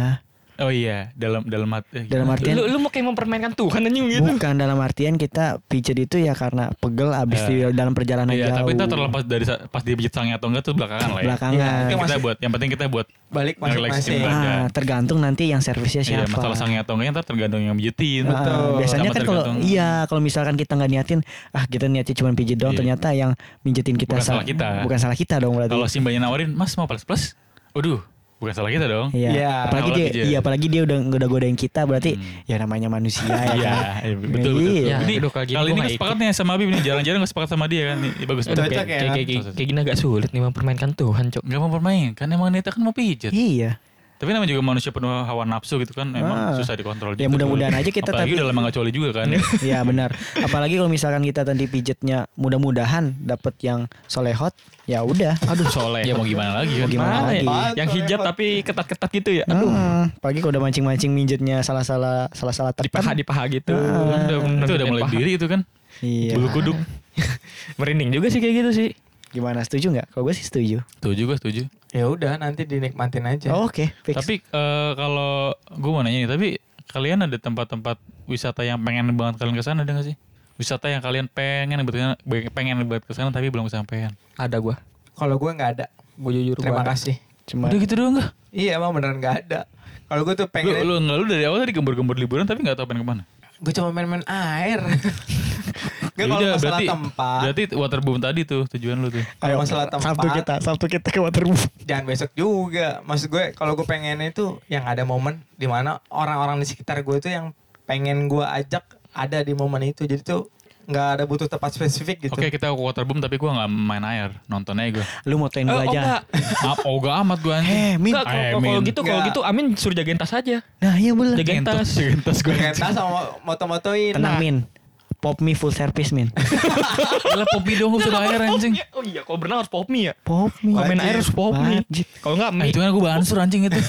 B: oh iya dalam dalam hati eh, gimana?
D: Dalam artian
A: lu, lu mau kayak mempermainkan Tuhan anjing gitu
D: bukan dalam artian kita pijet itu ya karena pegel abis di dalam perjalanan
B: iya
D: jauh.
B: tapi kita terlepas dari sa- pas dipijit sange atau enggak tuh belakangan lah ya
D: belakangan.
C: Iya,
B: kita
C: Masih-
B: buat yang penting kita buat
C: balik
B: Relaxing
C: masing-masing
B: banget.
D: Ah, tergantung nanti yang servisnya
B: iya,
D: siapa.
B: masalah sange atau enggaknya ntar tergantung yang pijitin
D: Ah,
B: Sama
D: biasanya kan kalau
B: tergantung-
D: iya kalau misalkan kita nggak niatin ah kita niatnya cuma pijit doang
B: Iya.
D: ternyata yang mijitin kita
B: Bukan salah
D: sa-
B: kita.
D: bukan salah kita dong berarti.
B: kalau si mbaknya nawarin mas mau plus plus waduh bukan salah kita dong
D: Iya.
C: Iya,
D: apalagi
B: apalagi
D: dia,
B: dia. Hmm.
D: iya apalagi dia udah udah godain kita berarti ya namanya manusia ya.
B: <laughs> Iya,
D: kan?
B: iya, betul betul.
D: Iya.
B: Ini
A: Aduh, kalau gini gua
B: kali ini
A: nggak
B: nggak
A: ikut.
B: sepakat nih sama Habib nih, jarang-jarang nggak sepakat sama dia kan. Nih, bagus
A: Aduh,
B: banget.
C: Cocok
A: kayak,
C: ya.
A: kayak, kayak, kayak gini agak sulit nih mempermainkan Tuhan cok
B: Enggak mau permain kan emang Neta kan mau pijat.
D: Iya.
B: Tapi namanya juga manusia penuh hawa nafsu gitu kan
D: Ah.
B: emang susah dikontrol.
D: Ya,
B: gitu.
D: mudah-mudahan aja kita
B: Apalagi
D: tapi-
B: udah lama gak coli juga kan.
D: <laughs> Iya benar. Apalagi kalau misalkan kita tadi pijetnya mudah-mudahan dapat yang solehot, ya udah.
B: Aduh soleh. Ya mau gimana lagi kan.
D: Mau gimana
A: Mana ya?
D: lagi?
A: Yang hijab tapi ketat-ketat gitu ya.
D: Nah.
A: Aduh,
C: Ah.
D: Heeh. Pagi kalau udah mancing-mancing mijetnya salah-salah salah-salah
A: di paha
D: tekan.
A: di paha gitu.
D: Ah.
B: Itu udah
A: menunjukin
B: mulai
A: paha.
B: diri itu kan.
D: Iya.
B: Bulu kuduk.
A: <laughs> Merinding juga sih kayak gitu sih.
D: Gimana setuju nggak? Kalau gue sih setuju.
B: Setuju gue setuju.
C: Ya udah nanti dinikmatin aja.
D: Oh, Oke, fix.
B: Tapi eh, kalau gue mau nanya nih, tapi kalian ada tempat-tempat wisata yang pengen banget kalian kesana ada gak sih? Wisata yang kalian pengen banget pengen banget kesana tapi belum kesampaian.
A: Ada gua.
C: Kalau gue nggak ada.
A: Gua jujur
C: Terima
A: gua ada.
C: kasih.
D: cuma
B: Udah gitu doang gak?
C: Iya emang beneran nggak ada. Kalau gue tuh
B: Lu,
C: pengen,
B: lu, nggak- lu dari awal tadi gembur-gembur liburan tapi gak tau pengen kemana?
C: gue cuma main-main air. Gak
B: Ya
C: kalau
B: udah,
C: masalah
B: berarti,
C: tempat,
B: Berarti waterboom tadi tuh tujuan lu tuh.
C: kalau masalah tempat,
D: Sabtu kita, Sabtu kita ke waterboom.
C: jangan besok juga. Maksud gue kalau gue pengennya itu yang ada momen dimana orang-orang di sekitar gue tuh yang pengen gue ajak ada di momen itu. Jadi tuh nggak ada butuh tempat spesifik gitu.
B: Oke kita ke waterboom tapi gue gak main air. Nontonnya
C: <laughs>
B: gue.
D: Lu
A: Eh,
D: motoin gue
A: oh, enggak.
D: aja.
B: Maaf, oh gak amat gue anjing.
D: Eh, Min.
A: Enggak, kalau-
B: Eh,
A: kalau kalau
B: Min.
A: gitu kalau
C: Enggak.
A: gitu Amin suruh jagain tas aja.
D: Nah, iya boleh.
A: Jagain tas.
B: Jagain tas gue. <laughs>
C: Kereta sama moto-motoin.
D: Tenang,
C: Nah,
D: Min. Pop me full service, Min.
B: Gila popi dong harus ada air anjing.
A: Iya, Oh iya, kalau berenang harus pop mie ya.
D: Pop me.
A: Kalau main
C: Wajib.
A: air harus pop mie.
D: Wajib.
A: Kalau enggak
B: Nah
A: mie.
B: itu kan gue bansur anjing
C: <laughs>
B: itu.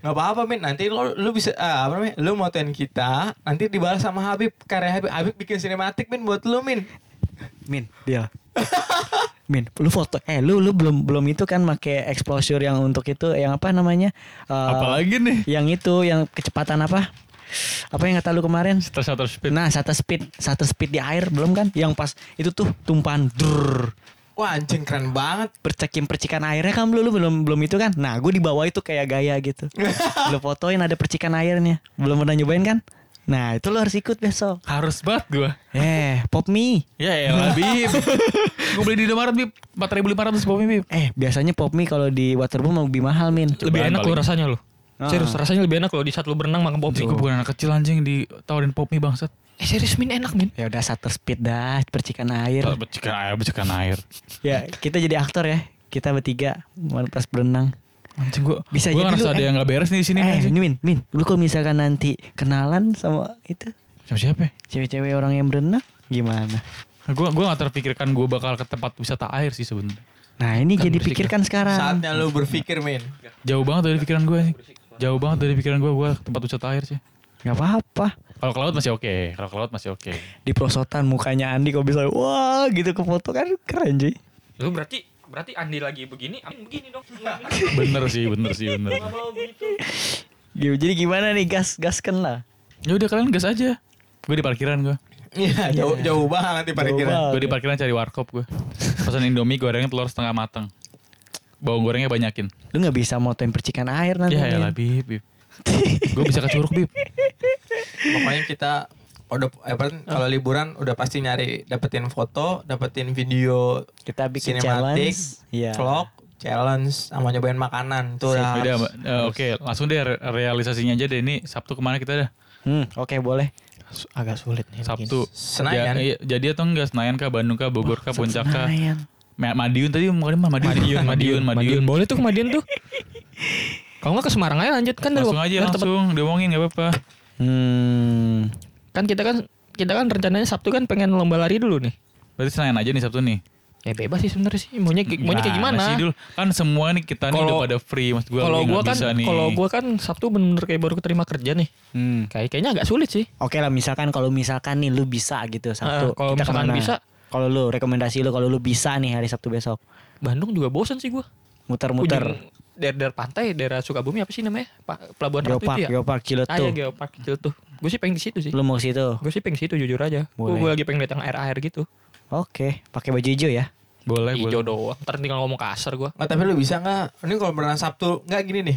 C: nggak apa-apa Min, nanti lo lu bisa ah, apa namanya? Lu motoin kita, nanti dibalas sama Habib. Karya Habib, Habib bikin sinematik Min buat lu Min.
D: Min,
B: <laughs>
D: deal. Min, lu foto. Eh, lu lu belum belum itu kan make exposure yang untuk itu yang apa namanya? Eh,
B: Apalagi nih.
D: Yang itu yang kecepatan apa? Apa yang kata lu kemarin?
B: Shutter shutter speed.
D: Nah, satu speed, satu speed di air belum kan? Yang pas itu tuh tumpahan drrrr.
C: Wah anjing keren banget.
D: percikan-percikan airnya kan lu, lu belum belum itu kan. Nah, gue di bawah itu kayak gaya
B: <laughs>
D: gitu. lu fotoin ada percikan airnya. Belum pernah nyobain kan? Nah, itu lu harus ikut besok.
B: Harus banget gue.
D: Eh, pop mie.
B: Ya elah <laughs> Bib. gue beli di Indomaret Bib. 4500 popi Bib.
D: Eh, biasanya pop mie kalau di waterboom lebih mahal, Min.
A: lebih
B: Cobaan
A: enak loh
B: paling.
A: rasanya loh.
D: Ah.
A: Serius rasanya lebih enak loh di saat lu berenang makan pop
B: Gue
A: mie.
B: bukan anak kecil anjing ditawarin popi bangsat.
A: Eh serius Min enak Min.
D: Ya udah satu speed dah, percikan air.
B: Ah, Becikan air, becikan air.
D: Ya, kita jadi aktor ya. Kita bertiga pas berenang.
B: Anjing gue.
D: Bisa
B: gue
D: jadi
B: ngerasa
D: lu,
B: ada
D: eh.
B: yang gak beres nih di sini.
D: eh,
B: anjing.
D: ini Min, Min, lu kalau misalkan nanti kenalan sama itu
B: Sama siapa ya?
D: cewek-cewek orang yang berenang gimana?
B: Gue gua gak terpikirkan gue bakal ke tempat wisata air sih sebenarnya.
D: Nah, ini
B: Kan
D: jadi
B: berisik,
D: pikirkan sekarang.
C: Saatnya lu berpikir Min.
D: Iya.
B: Jauh banget dari pikiran gue. Jauh banget dari pikiran gue. Gue ke tempat wisata air sih.
D: Gak apa-apa.
B: Kalau ke laut masih oke. Kalau ke laut masih <laughs> oke.
D: Di prosotan mukanya Andi kok bisa wah gitu ke foto kan keren cuy.
A: Lu berarti berarti Andi lagi begini, Amin begini dong.
B: Bener sih, bener sih, bener.
D: Gitu, Jadi gimana nih gas gas kena?
B: Ya udah kalian gas aja. Gue di parkiran gue.
C: Iya, jauh, jauh banget di parkiran.
B: Gue di parkiran cari warkop gue. Pesan Indomie gorengnya telur setengah matang. Bawang gorengnya banyakin.
D: Lu nggak bisa motoin percikan air nanti.
B: Ya ya
D: Min.
B: lah bib, bib. Gue bisa ke curug bib.
C: Pokoknya kita udah eh, apa, kalau liburan udah pasti nyari dapetin foto, dapetin video
D: Kita bikin
C: sinematik,
D: challenge. Iya.
C: vlog, challenge sama nyobain makanan tuh udah.
B: Udah,
C: harus.
B: eh, oke langsung deh re- realisasinya aja deh ini Sabtu kemana kita dah?
A: Ya,
D: Hmm, oke boleh. Agak sulit nih.
B: Sabtu.
C: Senayan.
B: Ja- iya, jadi atau enggak Senayan kah, Bandung kah, Bogor kah, Puncak kah?
D: Senayan.
B: Ma- Madiun tadi mau kemana? Madiun, Madiun, Madiun, Madiun.
A: Boleh tuh ke Madiun tuh. Kalau nggak ke Semarang aja lanjut kan dari
B: Langsung
A: wak-
B: aja
A: dari tempat-
B: langsung diomongin gak apa-apa.
D: Hmm.
A: kan kita kan kita kan rencananya Sabtu kan pengen lomba lari dulu nih.
B: Berarti Senayan aja nih Sabtu nih.
A: Ya bebas sih sebenarnya sih. Maunya ki- maunya kayak gimana?
B: sih, Dul? Kan semua nih kita nih
A: Kalau-
B: udah pada free maksud gue.
A: Kalau gua kan kalau gua kan Sabtu bener-bener kayak baru keterima kerja nih.
D: Hmm.
A: Kayak kayaknya agak sulit sih.
D: Oke lah misalkan kalau misalkan nih lu bisa gitu
A: Eh,
D: Sabtu.
A: kalau
D: kita
A: misalkan
D: kemana?
A: bisa.
D: Kalau lu rekomendasi lu kalau lu bisa nih hari Sabtu besok
A: Bandung juga bosen sih gua.
D: muter-muter.
A: Ujung daer- daerah pantai, daerah Sukabumi apa sih namanya? Pa- Pelabuhan Ratu
D: Geopark,
A: itu ya?
D: Geopark
A: Ah, ya
D: Ciletuh.
A: Geopark Ciletuh. Gue sih pengen di situ sih.
D: Lu mau ke situ?
A: Gue Oh, sih pengen situ jujur aja.
D: Boleh.
A: Gue lagi pengen lihat yang air-air gitu.
D: Oke, pakai baju hijau ya.
B: boleh
A: Hijau doang. Ntar tinggal ngomong kasar gue.
C: Nggak, tapi lu bisa nggak? Ini kalau berenang Sabtu nggak gini nih.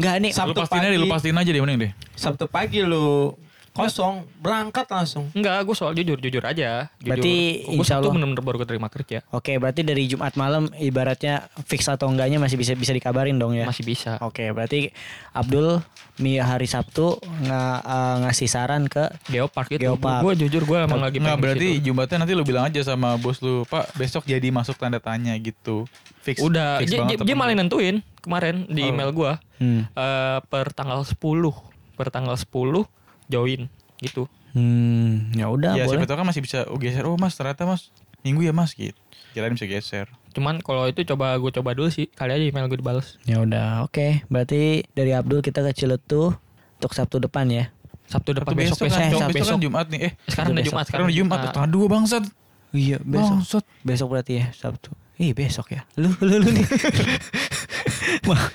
D: Enggak nih.
C: Sabtu
B: Lu pastiin aja,
C: pagi.
B: lu pastiin aja deh mending deh.
C: Sabtu pagi lu kosong, berangkat langsung.
A: Enggak, gue soal jujur jujur aja. Jujur.
D: Berarti
A: gue
D: insya
A: Sabtu
D: Allah.
A: bener-bener baru keterima kerja.
D: Oke, berarti dari Jumat malam ibaratnya fix atau enggaknya masih bisa bisa dikabarin dong ya.
A: Masih bisa.
D: Oke, berarti Abdul mi hari Sabtu nga- eh, ngasih saran ke
A: Geopark gitu.
D: Geopark.
A: Gue jujur gue emang lagi
B: Nggak
A: pengen
B: berarti
A: di situ.
B: Jumatnya nanti lu bilang aja sama bos lu, Pak besok jadi masuk tanda tanya gitu. Fix.
A: Udah,
B: fix
A: dia,
B: banget
A: dia,
B: apa
A: dia malah
B: enggak?
A: nentuin. kemarin di email gua
D: Hmm.
A: eh, per tanggal 10 per tanggal 10 join gitu
D: Hmm, ya udah
B: ya siapa
D: boleh.
B: tahu kan masih bisa oh, geser. Oh mas ternyata mas minggu ya mas gitu. Kirain bisa geser.
A: cuman kalau itu coba gue coba dulu sih kali aja email gue dibales
D: Ya udah, oke. Berarti dari Abdul kita ke Ciletu untuk Sabtu depan ya.
A: Sabtu depan
B: Atau
A: besok
B: besok, kan,
A: besok,
B: besok,
A: besok,
B: kan Jumat nih. Eh
A: sekarang udah
D: Besok.
A: Jumat
B: sekarang udah Jumat.
A: Nah,
B: Tanggal dua bangsat.
D: Iya,
B: Bangsat.
D: Besok berarti ya, Sabtu. Ih, besok ya. Lu lu lu <laughs> nih. Ma-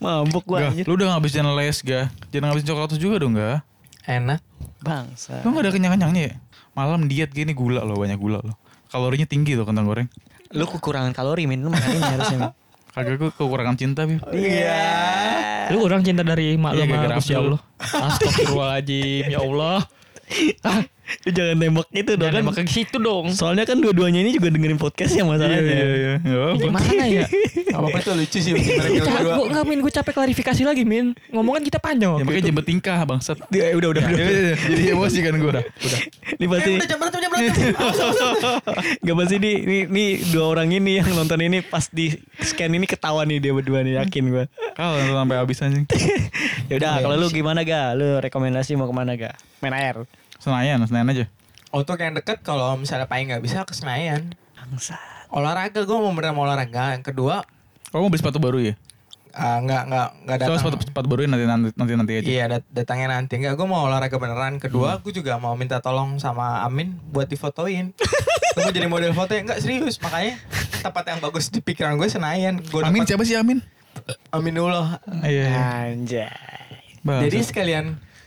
D: mabuk gua
B: Gah,
D: anjir.
B: lu udah ngabisin les gak? Jangan ngabisin coklat juga dong gak?
C: Enak.
D: Bangsa.
B: Lu gak ada kenyang-kenyangnya ya? Malam diet gini gula loh, banyak gula loh. Kalorinya tinggi tuh kentang goreng.
D: Lu kekurangan kalori, Min. Lu makan ini harusnya. Min.
B: Kagak gue kekurangan cinta, Bib.
D: Iya.
A: lu kurang cinta dari mak lu
B: Iya,
A: sama
B: gara-gara
A: Gusti
B: Abdul.
A: Allah Astagfirullahaladzim ya Allah
D: Lu jangan nembak itu dong
A: jangan
D: kan.
A: nembak ke situ dong
D: Soalnya kan dua-duanya ini juga dengerin podcast yang masalahnya.
B: iya. Nggak apa-apa.
A: gimana ya
C: Apa-apa itu lucu sih. bener-bener
A: Gue
C: kita berdua.
A: nggak min gue capek klarifikasi lagi min ngomong kan kita panjang
B: Ya
A: waktu
B: makanya
A: itu.
B: jemput tingkah <laughs> bangsat.
D: Dia- Iya, udah udah
B: Ya,
D: udah.
B: ya, ya, ya. Jadi emosi kan gue. Udah.
D: Ini pasti
C: Eh, udah jam berantem, jam berantem.
D: Gak pasti nih, nih, nih dua orang ini yang nonton ini pas di scan ini ketawa nih dia berdua nih yakin gue.
B: Kalau nonton sampai habis anjing.
D: Yaudah kalau lu gimana ga? Lu rekomendasi mau kemana ga? Main air.
B: Senayan, Senayan aja.
C: Untuk yang deket kalau misalnya paling nggak bisa ke Senayan.
D: Bangsa.
C: Olahraga gue mau bener mau olahraga. Yang kedua
B: Kamu mau beli sepatu baru ya?
C: ah, nggak nggak nggak
B: Soal
C: datang.
B: sepatu gitu. sepatu baru ya nanti nanti nanti nanti aja.
C: Iya dat- datangnya nanti Enggak gue mau olahraga beneran
B: Hmm.
C: Kedua gue juga mau minta tolong sama Amin Buat
B: <laughs>
C: difotoin Gue jadi model fotonya Enggak serius Makanya tempat yang bagus di pikiran gue Senayan gua
B: Amin
C: dapat-
B: siapa sih Amin?
C: Aminullah
B: Iya.
D: Anjay.
C: Jadi
B: Jadi
C: sekalian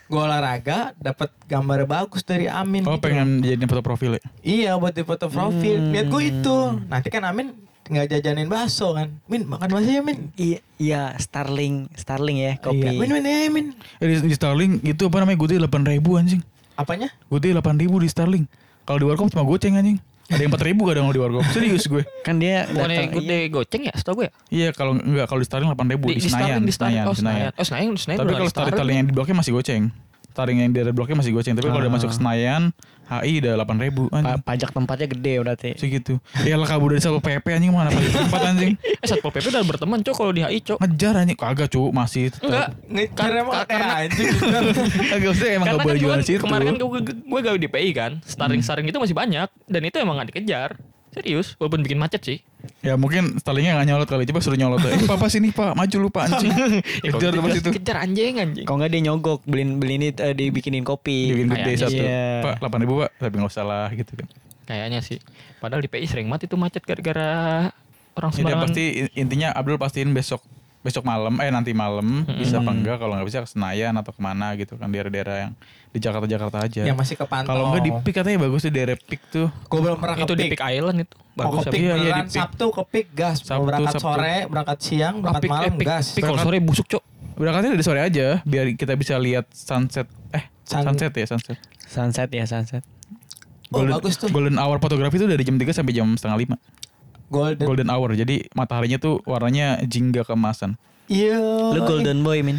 C: gue olahraga dapat gambar bagus dari Amin
B: Oh
C: gitu.
B: pengen jadi foto profil ya?
C: Iya buat di foto profil Niat gue itu Nanti kan Amin nggak jajanin bakso kan Min makan bakso ya Min
D: Iya, iya Starling, Starling ya kopi.
C: Iya. Min Min ya Min
B: Eh, di, di Starling itu apa namanya? Gue delapan ribu anjing.
C: Apanya?
B: Gue delapan ribu di Starling. Kalau di warkop cuma goceng anjing. Ada yang empat ribu kadang kalau di warkop. Serius gue.
D: Kan dia
A: Bukannya
D: datang.
A: ikut
D: iya.
A: deh goceng ya setahu gue ya
B: Iya kalau enggak kalau di Starling delapan ribu di, Senayan.
A: Starling, di Starling. oh Senayan oh Senayan Senayan
B: Tapi
A: beneran
B: kalau
A: di
B: Starling, Starling yang di bloknya masih goceng. Starling yang di ada bloknya masih goceng. Tapi
A: Ah.
B: kalau udah masuk Senayan, HI udah delapan ribu.
D: Pa- pajak tempatnya gede berarti.
B: Segitu. Ya lah kabur dari satu PP anjing mana pada tempat anjing.
A: eh Satpol PP udah berteman cok kalau di HI cok
B: Ngejar anjing kagak cu masih tetap.
A: enggak
C: Ngejar
A: Kar-
C: emang
A: kar-
C: kayak
A: karena-
C: anjing
B: Kagak usah emang
A: karena
B: gak
A: kan
B: boleh
A: gue kan,
B: jualan situ. Hmm.
A: kemarin kan gue gue gawe DPI kan starring starring itu masih banyak dan itu emang gak dikejar serius walaupun bikin macet sih
B: Ya mungkin Starlingnya gak nyolot kali. Coba suruh nyolot. Eh papa sini pak. Maju lu pak anjing.
A: <laughs> Ya, kalau
B: Kejar tempat
A: dikejar-
B: situ.
A: kejar anjing anjing
D: Kalau nggak dia nyogok beliin beliin itu eh, dibikinin kopi.
B: Bikin gede
A: Kayaknya
B: satu.
D: sih. Iya.
B: Pak 8 ribu pak. Tapi gak usah lah gitu kan.
A: kayaknya sih padahal di PI sering banget itu macet gara-gara orang
B: Jadi
A: sembarangan
B: pasti in- intinya Abdul pastiin besok besok malam eh nanti malam bisa apa enggak kalau nggak bisa ke Senayan atau kemana gitu kan daerah-daerah yang di Jakarta Jakarta aja.
C: Yang Ya, masih
B: Ya.
C: kepantau
B: Kalau enggak di pik katanya bagus tuh daerah pik tuh.
C: Gue belum pernah
A: itu
C: ke
A: di
C: pik
A: Pick Island itu
C: Mau
A: bagus
C: ke
A: tapi
C: pik
B: Iya, iya,
C: beneran
B: di pik.
C: Sabtu ke pik gas Mau
B: Sabtu,
C: berangkat
B: Sabtu.
C: sore Berangkat siang Berangkat
A: Pick- eh,
C: malam
A: Pick-
C: gas
A: Pick kalau sore busuk cok
B: Berangkatnya dari sore aja biar kita bisa lihat sunset eh
C: Sun-
B: sunset ya sunset.
D: Sunset ya sunset.
C: Oh
B: Golden,
C: bagus tuh
B: Golden hour fotografi itu dari jam 3 sampai jam setengah lima.
C: Golden
B: Golden hour. Jadi mataharinya tuh warnanya jingga keemasan.
C: Iya
D: Lu golden boy min.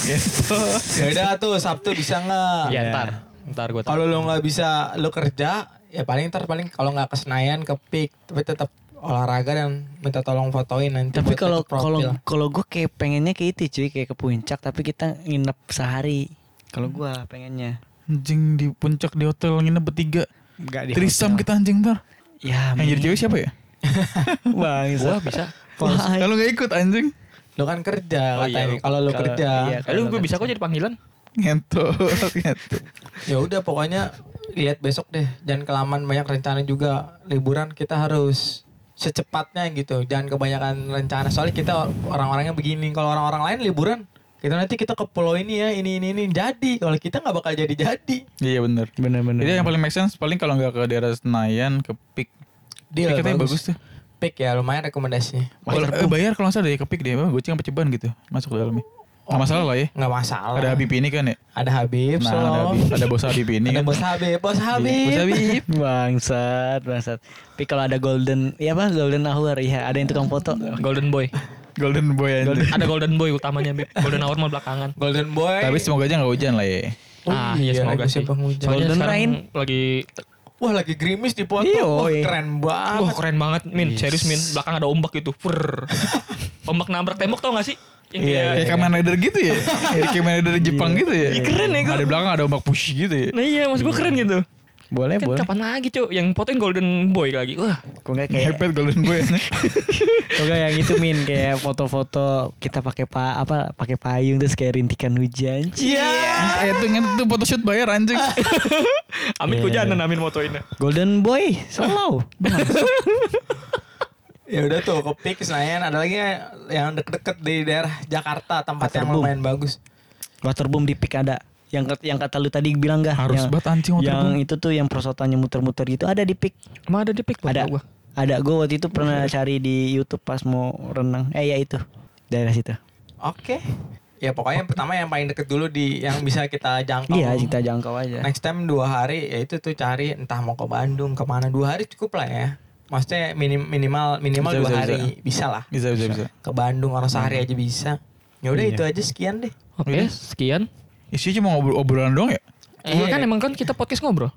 B: Gitu.
C: Ya udah tuh Sabtu bisa nggak
D: Iya,
A: ya ntar ntar gue
C: Kalau lu nggak bisa lu kerja ya paling ntar paling kalau nggak ke Senayan ke Pik tapi tetap olahraga dan minta tolong fotoin nanti.
D: Tapi
C: buat
D: kalau
C: bentuk profil.
D: kalau kalau gue kayak pengennya kayak itu cuy kayak ke puncak tapi kita nginep sehari. Kalau gue pengennya.
B: Anjing di puncak di hotel nginep bertiga.
D: Enggak
B: Trisam kita anjing ntar.
D: Ya,
B: Yang
D: <laughs>
B: jadi cewek siapa ya?
D: bang.
A: gua bisa
D: Wah,
B: Kalau nggak ikut anjing
C: lu kan kerja
A: Oh, iya,
C: katanya.
A: lu-
C: kalau lu
D: kalau-
C: kerja
D: iya.
A: Eh, lu gue bisa kok jadi panggilan
B: ngentot <laughs> ngentot.
C: ya udah pokoknya lihat besok deh jangan kelamaan banyak rencana juga liburan kita harus secepatnya gitu jangan kebanyakan rencana soalnya kita orang-orangnya begini kalau orang-orang lain liburan kita nanti kita ke pulau ini ya ini ini ini jadi kalau kita nggak bakal jadi jadi
B: Iya bener
D: Bener-bener.
B: Jadi yang paling make sense paling kalau nggak ke daerah Senayan ke Pik.
C: Deal,
B: Pik katanya
C: bagus.
B: bagus, tuh.
C: Pik ya lumayan rekomendasinya
B: Kalau eh, bayar kalau nggak salah dari ke Pik deh, apa Goceng apa Ceban gitu masuk ke dalamnya. Nggak masalah lah ya.
C: nggak masalah
B: Ada Habib ini kan ya.
C: ada Habib
B: Nah,
C: so.
B: ada, Habib, ada bos Habib ini
C: ada
B: kan.
C: bos Habib bos Habib
D: Iya,
B: Bos Habib.
D: Bangsat, bangsat. Tapi kalau ada golden, ya apa golden hour, ya ada yang tukang foto.
A: golden boy
B: Golden Boy anjing.
A: ada golden boy utamanya Bib. golden hour mah belakangan
C: Golden Boy
B: Tapi semoga aja nggak hujan lah ya.
C: Oh
A: ah iya,
C: iya,
A: semoga
C: lagi
A: sih.
C: siapa hujan.
A: Soalnya
D: Golden
A: sekarang
D: Rain.
A: lagi
C: wah lagi gerimis di foto
D: Iya,
C: wah
D: iya.
C: keren banget
A: Wah keren banget Min
B: Yes.
A: Serius Min Belakang ada ombak gitu <laughs> Furr. Ombak nabrak tembok tau gak sih Yang
D: Iya,
A: kayak-
B: Kayak Kamen Rider gitu ya. Kayak Kamen Rider Jepang gitu ya.
A: Iya, keren ya, gua-
B: Ada belakang ada ombak push gitu ya.
A: Nah iya mas gue keren gitu
D: Boleh,
A: Kan
D: boleh.
A: kapan lagi cuy Yang fotoin golden boy lagi Wah
D: Kok enggak kayak
B: Ngepet Golden Boy.
D: kok enggak yang itu Min kayak foto-foto kita pakai pa, apa pakai payung terus kayak rintikan hujan.
A: Iya.
B: Eh itu ingat itu foto shoot bayar anjing.
A: Amin
D: Iya.
A: kujanan Amin motoinnya
D: Golden Boy, slow.
C: ya udah tuh ke Peak Senayan ada lagi nggak yang deket-deket di daerah Jakarta tempat yang
D: Waterboom.
C: lumayan bagus
D: Waterboom di pick ada. Yang kat- yang kata lu tadi bilang gak?
B: Harus
D: yang,
B: banget anjing
D: Yang
B: waterboom.
D: itu tuh yang perosotannya muter-muter gitu ada di pick.
A: Emang ada di pick
D: Ada.
A: gue
D: Ada gue waktu itu pernah cari di YouTube pas mau renang. Eh ya itu daerah situ.
C: oke ya pokoknya yang pertama yang paling deket dulu di yang bisa
B: Oh.
C: kita jangkau
D: Iya kita jangkau aja.
C: next time dua hari ya itu tuh cari entah mau ke Bandung kemana dua hari cukup lah ya maksudnya minim, minimal minimal
B: Bisa,
C: dua
B: bisa,
C: hari bisa lah
B: Bisa bisa bisa.
C: ke Bandung orang sehari aja bisa ya udah
B: Hmm. Iya.
C: itu aja sekian deh
A: Oke
B: Udah.
A: sekian
B: Isinya cuma ngobrol obrolan doang ya?
A: Emang
C: Iya.
A: kan emang kan kita podcast ngobrol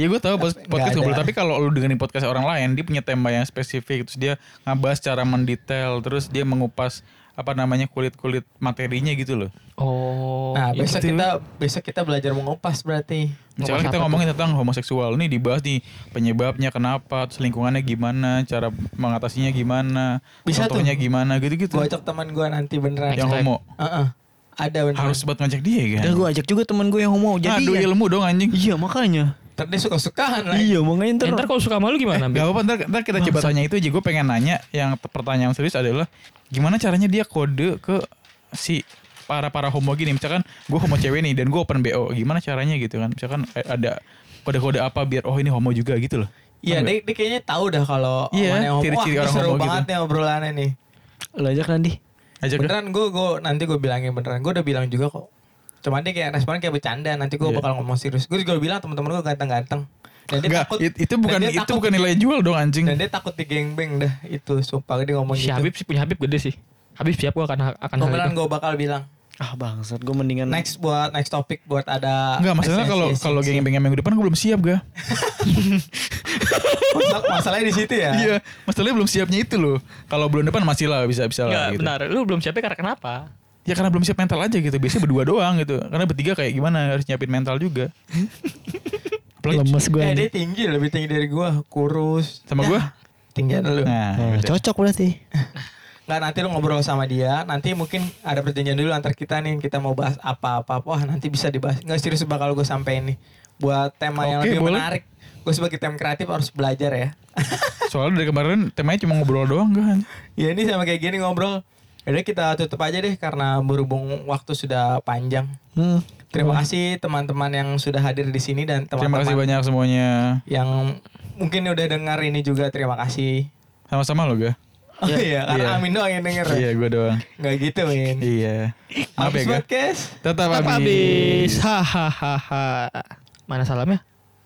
B: Iya gue tahu pas-
C: Nggak
B: podcast
C: ada.
B: ngobrol tapi kalau lu dengerin podcast orang lain dia punya tema yang spesifik terus dia ngebahas secara mendetail terus dia mengupas apa namanya kulit-kulit materinya gitu loh.
A: Oh
C: nah
A: iya.
B: gitu ya.
C: besok kita besok kita belajar mengupas berarti
B: Misalnya
A: Ngebahas
B: kita
A: apa
B: ngomongin tentang homoseksual nih dibahas nih penyebabnya kenapa, terus lingkungannya gimana, cara mengatasinya gimana,
C: Bisa tuh.
B: contohnya gimana gitu-gitu.
C: gue ajak teman gue nanti beneran
B: Yang
A: time.
B: homo
C: Heeh. ada beneran
B: harus buat ngajak dia kan.
D: Dan gue ajak juga temen gue yang homo jadi.
C: ya-
B: Aduh ilmu dong anjing.
D: Iya makanya.
C: ntar dia suka-sukaan lah
D: Iya makanya ntar.
A: Eh, Ntar kalau suka malu gimana
B: Gak
A: Bin?
B: apa-apa ntar, ntar kita coba tanya itu aja Gue pengen nanya Yang t- pertanyaan serius adalah Gimana caranya dia kode ke Si para-para homo gini Misalkan gue homo cewek nih Dan gue open BO Gimana caranya gitu kan Misalkan eh, ada Kode-kode apa biar Oh ini homo juga gitu loh
C: Iya, dia, dia kayaknya tahu dah kalau
B: Iya,
C: omongannya homo.
B: ciri-ciri
C: Wah,
B: orang
C: seru
B: homo gitu. Iya
C: banget nih obrolannya nih.
D: Lo ajak nanti.
B: Ajak deh.
C: Beneran gue, gue nanti gue bilangin beneran. Gue udah bilang juga kok. Cuman dia kayak responnya kayak bercanda. Nanti gue
B: Iya.
C: bakal ngomong serius. Gue juga bilang teman-teman gue ganteng-ganteng. Dan dia
B: Enggak,
C: takut.
B: it- itu
C: dan
B: bukan
C: dia
B: itu
C: takut-
B: bukan nilai jual dong anjing.
C: Dan dia takut di gangbang dah itu. Sumpah dia ngomong
A: Si
C: gitu.
A: Habib sih punya Habib gede sih Habib siap gue akan akan
C: Gue
A: hal
C: beneran
A: itu
C: gue bakal bilang.
D: Ah bangsat gue mendingan.
C: Next buat next topik buat ada.
B: Enggak, masalahnya
C: SSI,
B: kalau
C: SSI.
B: kalau geng geng minggu depan gue belum siap ga?
C: Masal- masalahnya di situ ya.
B: Iya, masalahnya belum siapnya itu loh. Kalau bulan depan masih lah bisa bisa
A: Enggak
B: lah. Gitu.
A: benar Lu belum siapnya karena kenapa
B: Ya karena belum siap mental aja gitu. Biasanya berdua doang gitu. Karena bertiga kayak gimana harus nyiapin mental <laughs> juga. Apalagi
D: Lemes gue.
C: Eh, dia tinggi, lebih tinggi dari gue. Kurus. Eh,
B: sama gue.
C: Tinggian lu.
B: Nah,
D: Nah,
B: udah.
D: cocok berarti.
B: Eh.
C: Nggak nanti lu ngobrol sama dia Nanti mungkin ada perjanjian dulu antar kita nih Kita mau bahas apa-apa Wah nanti bisa dibahas Nggak serius bakal gue sampein nih Buat tema yang
B: Oke,
C: lebih
B: boleh.
C: menarik Gue sebagai tim kreatif harus belajar ya <laughs>
B: soalnya dari kemarin temanya cuma ngobrol doang kan.
C: Ya ini sama kayak gini ngobrol Yaudah kita tutup aja deh Karena berhubung waktu sudah panjang
D: Hmm.
C: Terima kasih teman-teman yang sudah hadir di sini Dan
B: Terima kasih banyak
C: teman-teman
B: semuanya.
C: yang mungkin udah dengar ini juga Terima kasih
B: Sama-sama loh ga?
C: Oh iya
B: Iya.
C: karena Amin doang yang denger ya
B: Iya gue doang.
C: Nggak gitu Min
B: Iya. Maaf ya
C: Habis
B: ga?
C: podcast
B: Tetap
A: Tetap
B: habis.
A: habis Hahaha Mana salamnya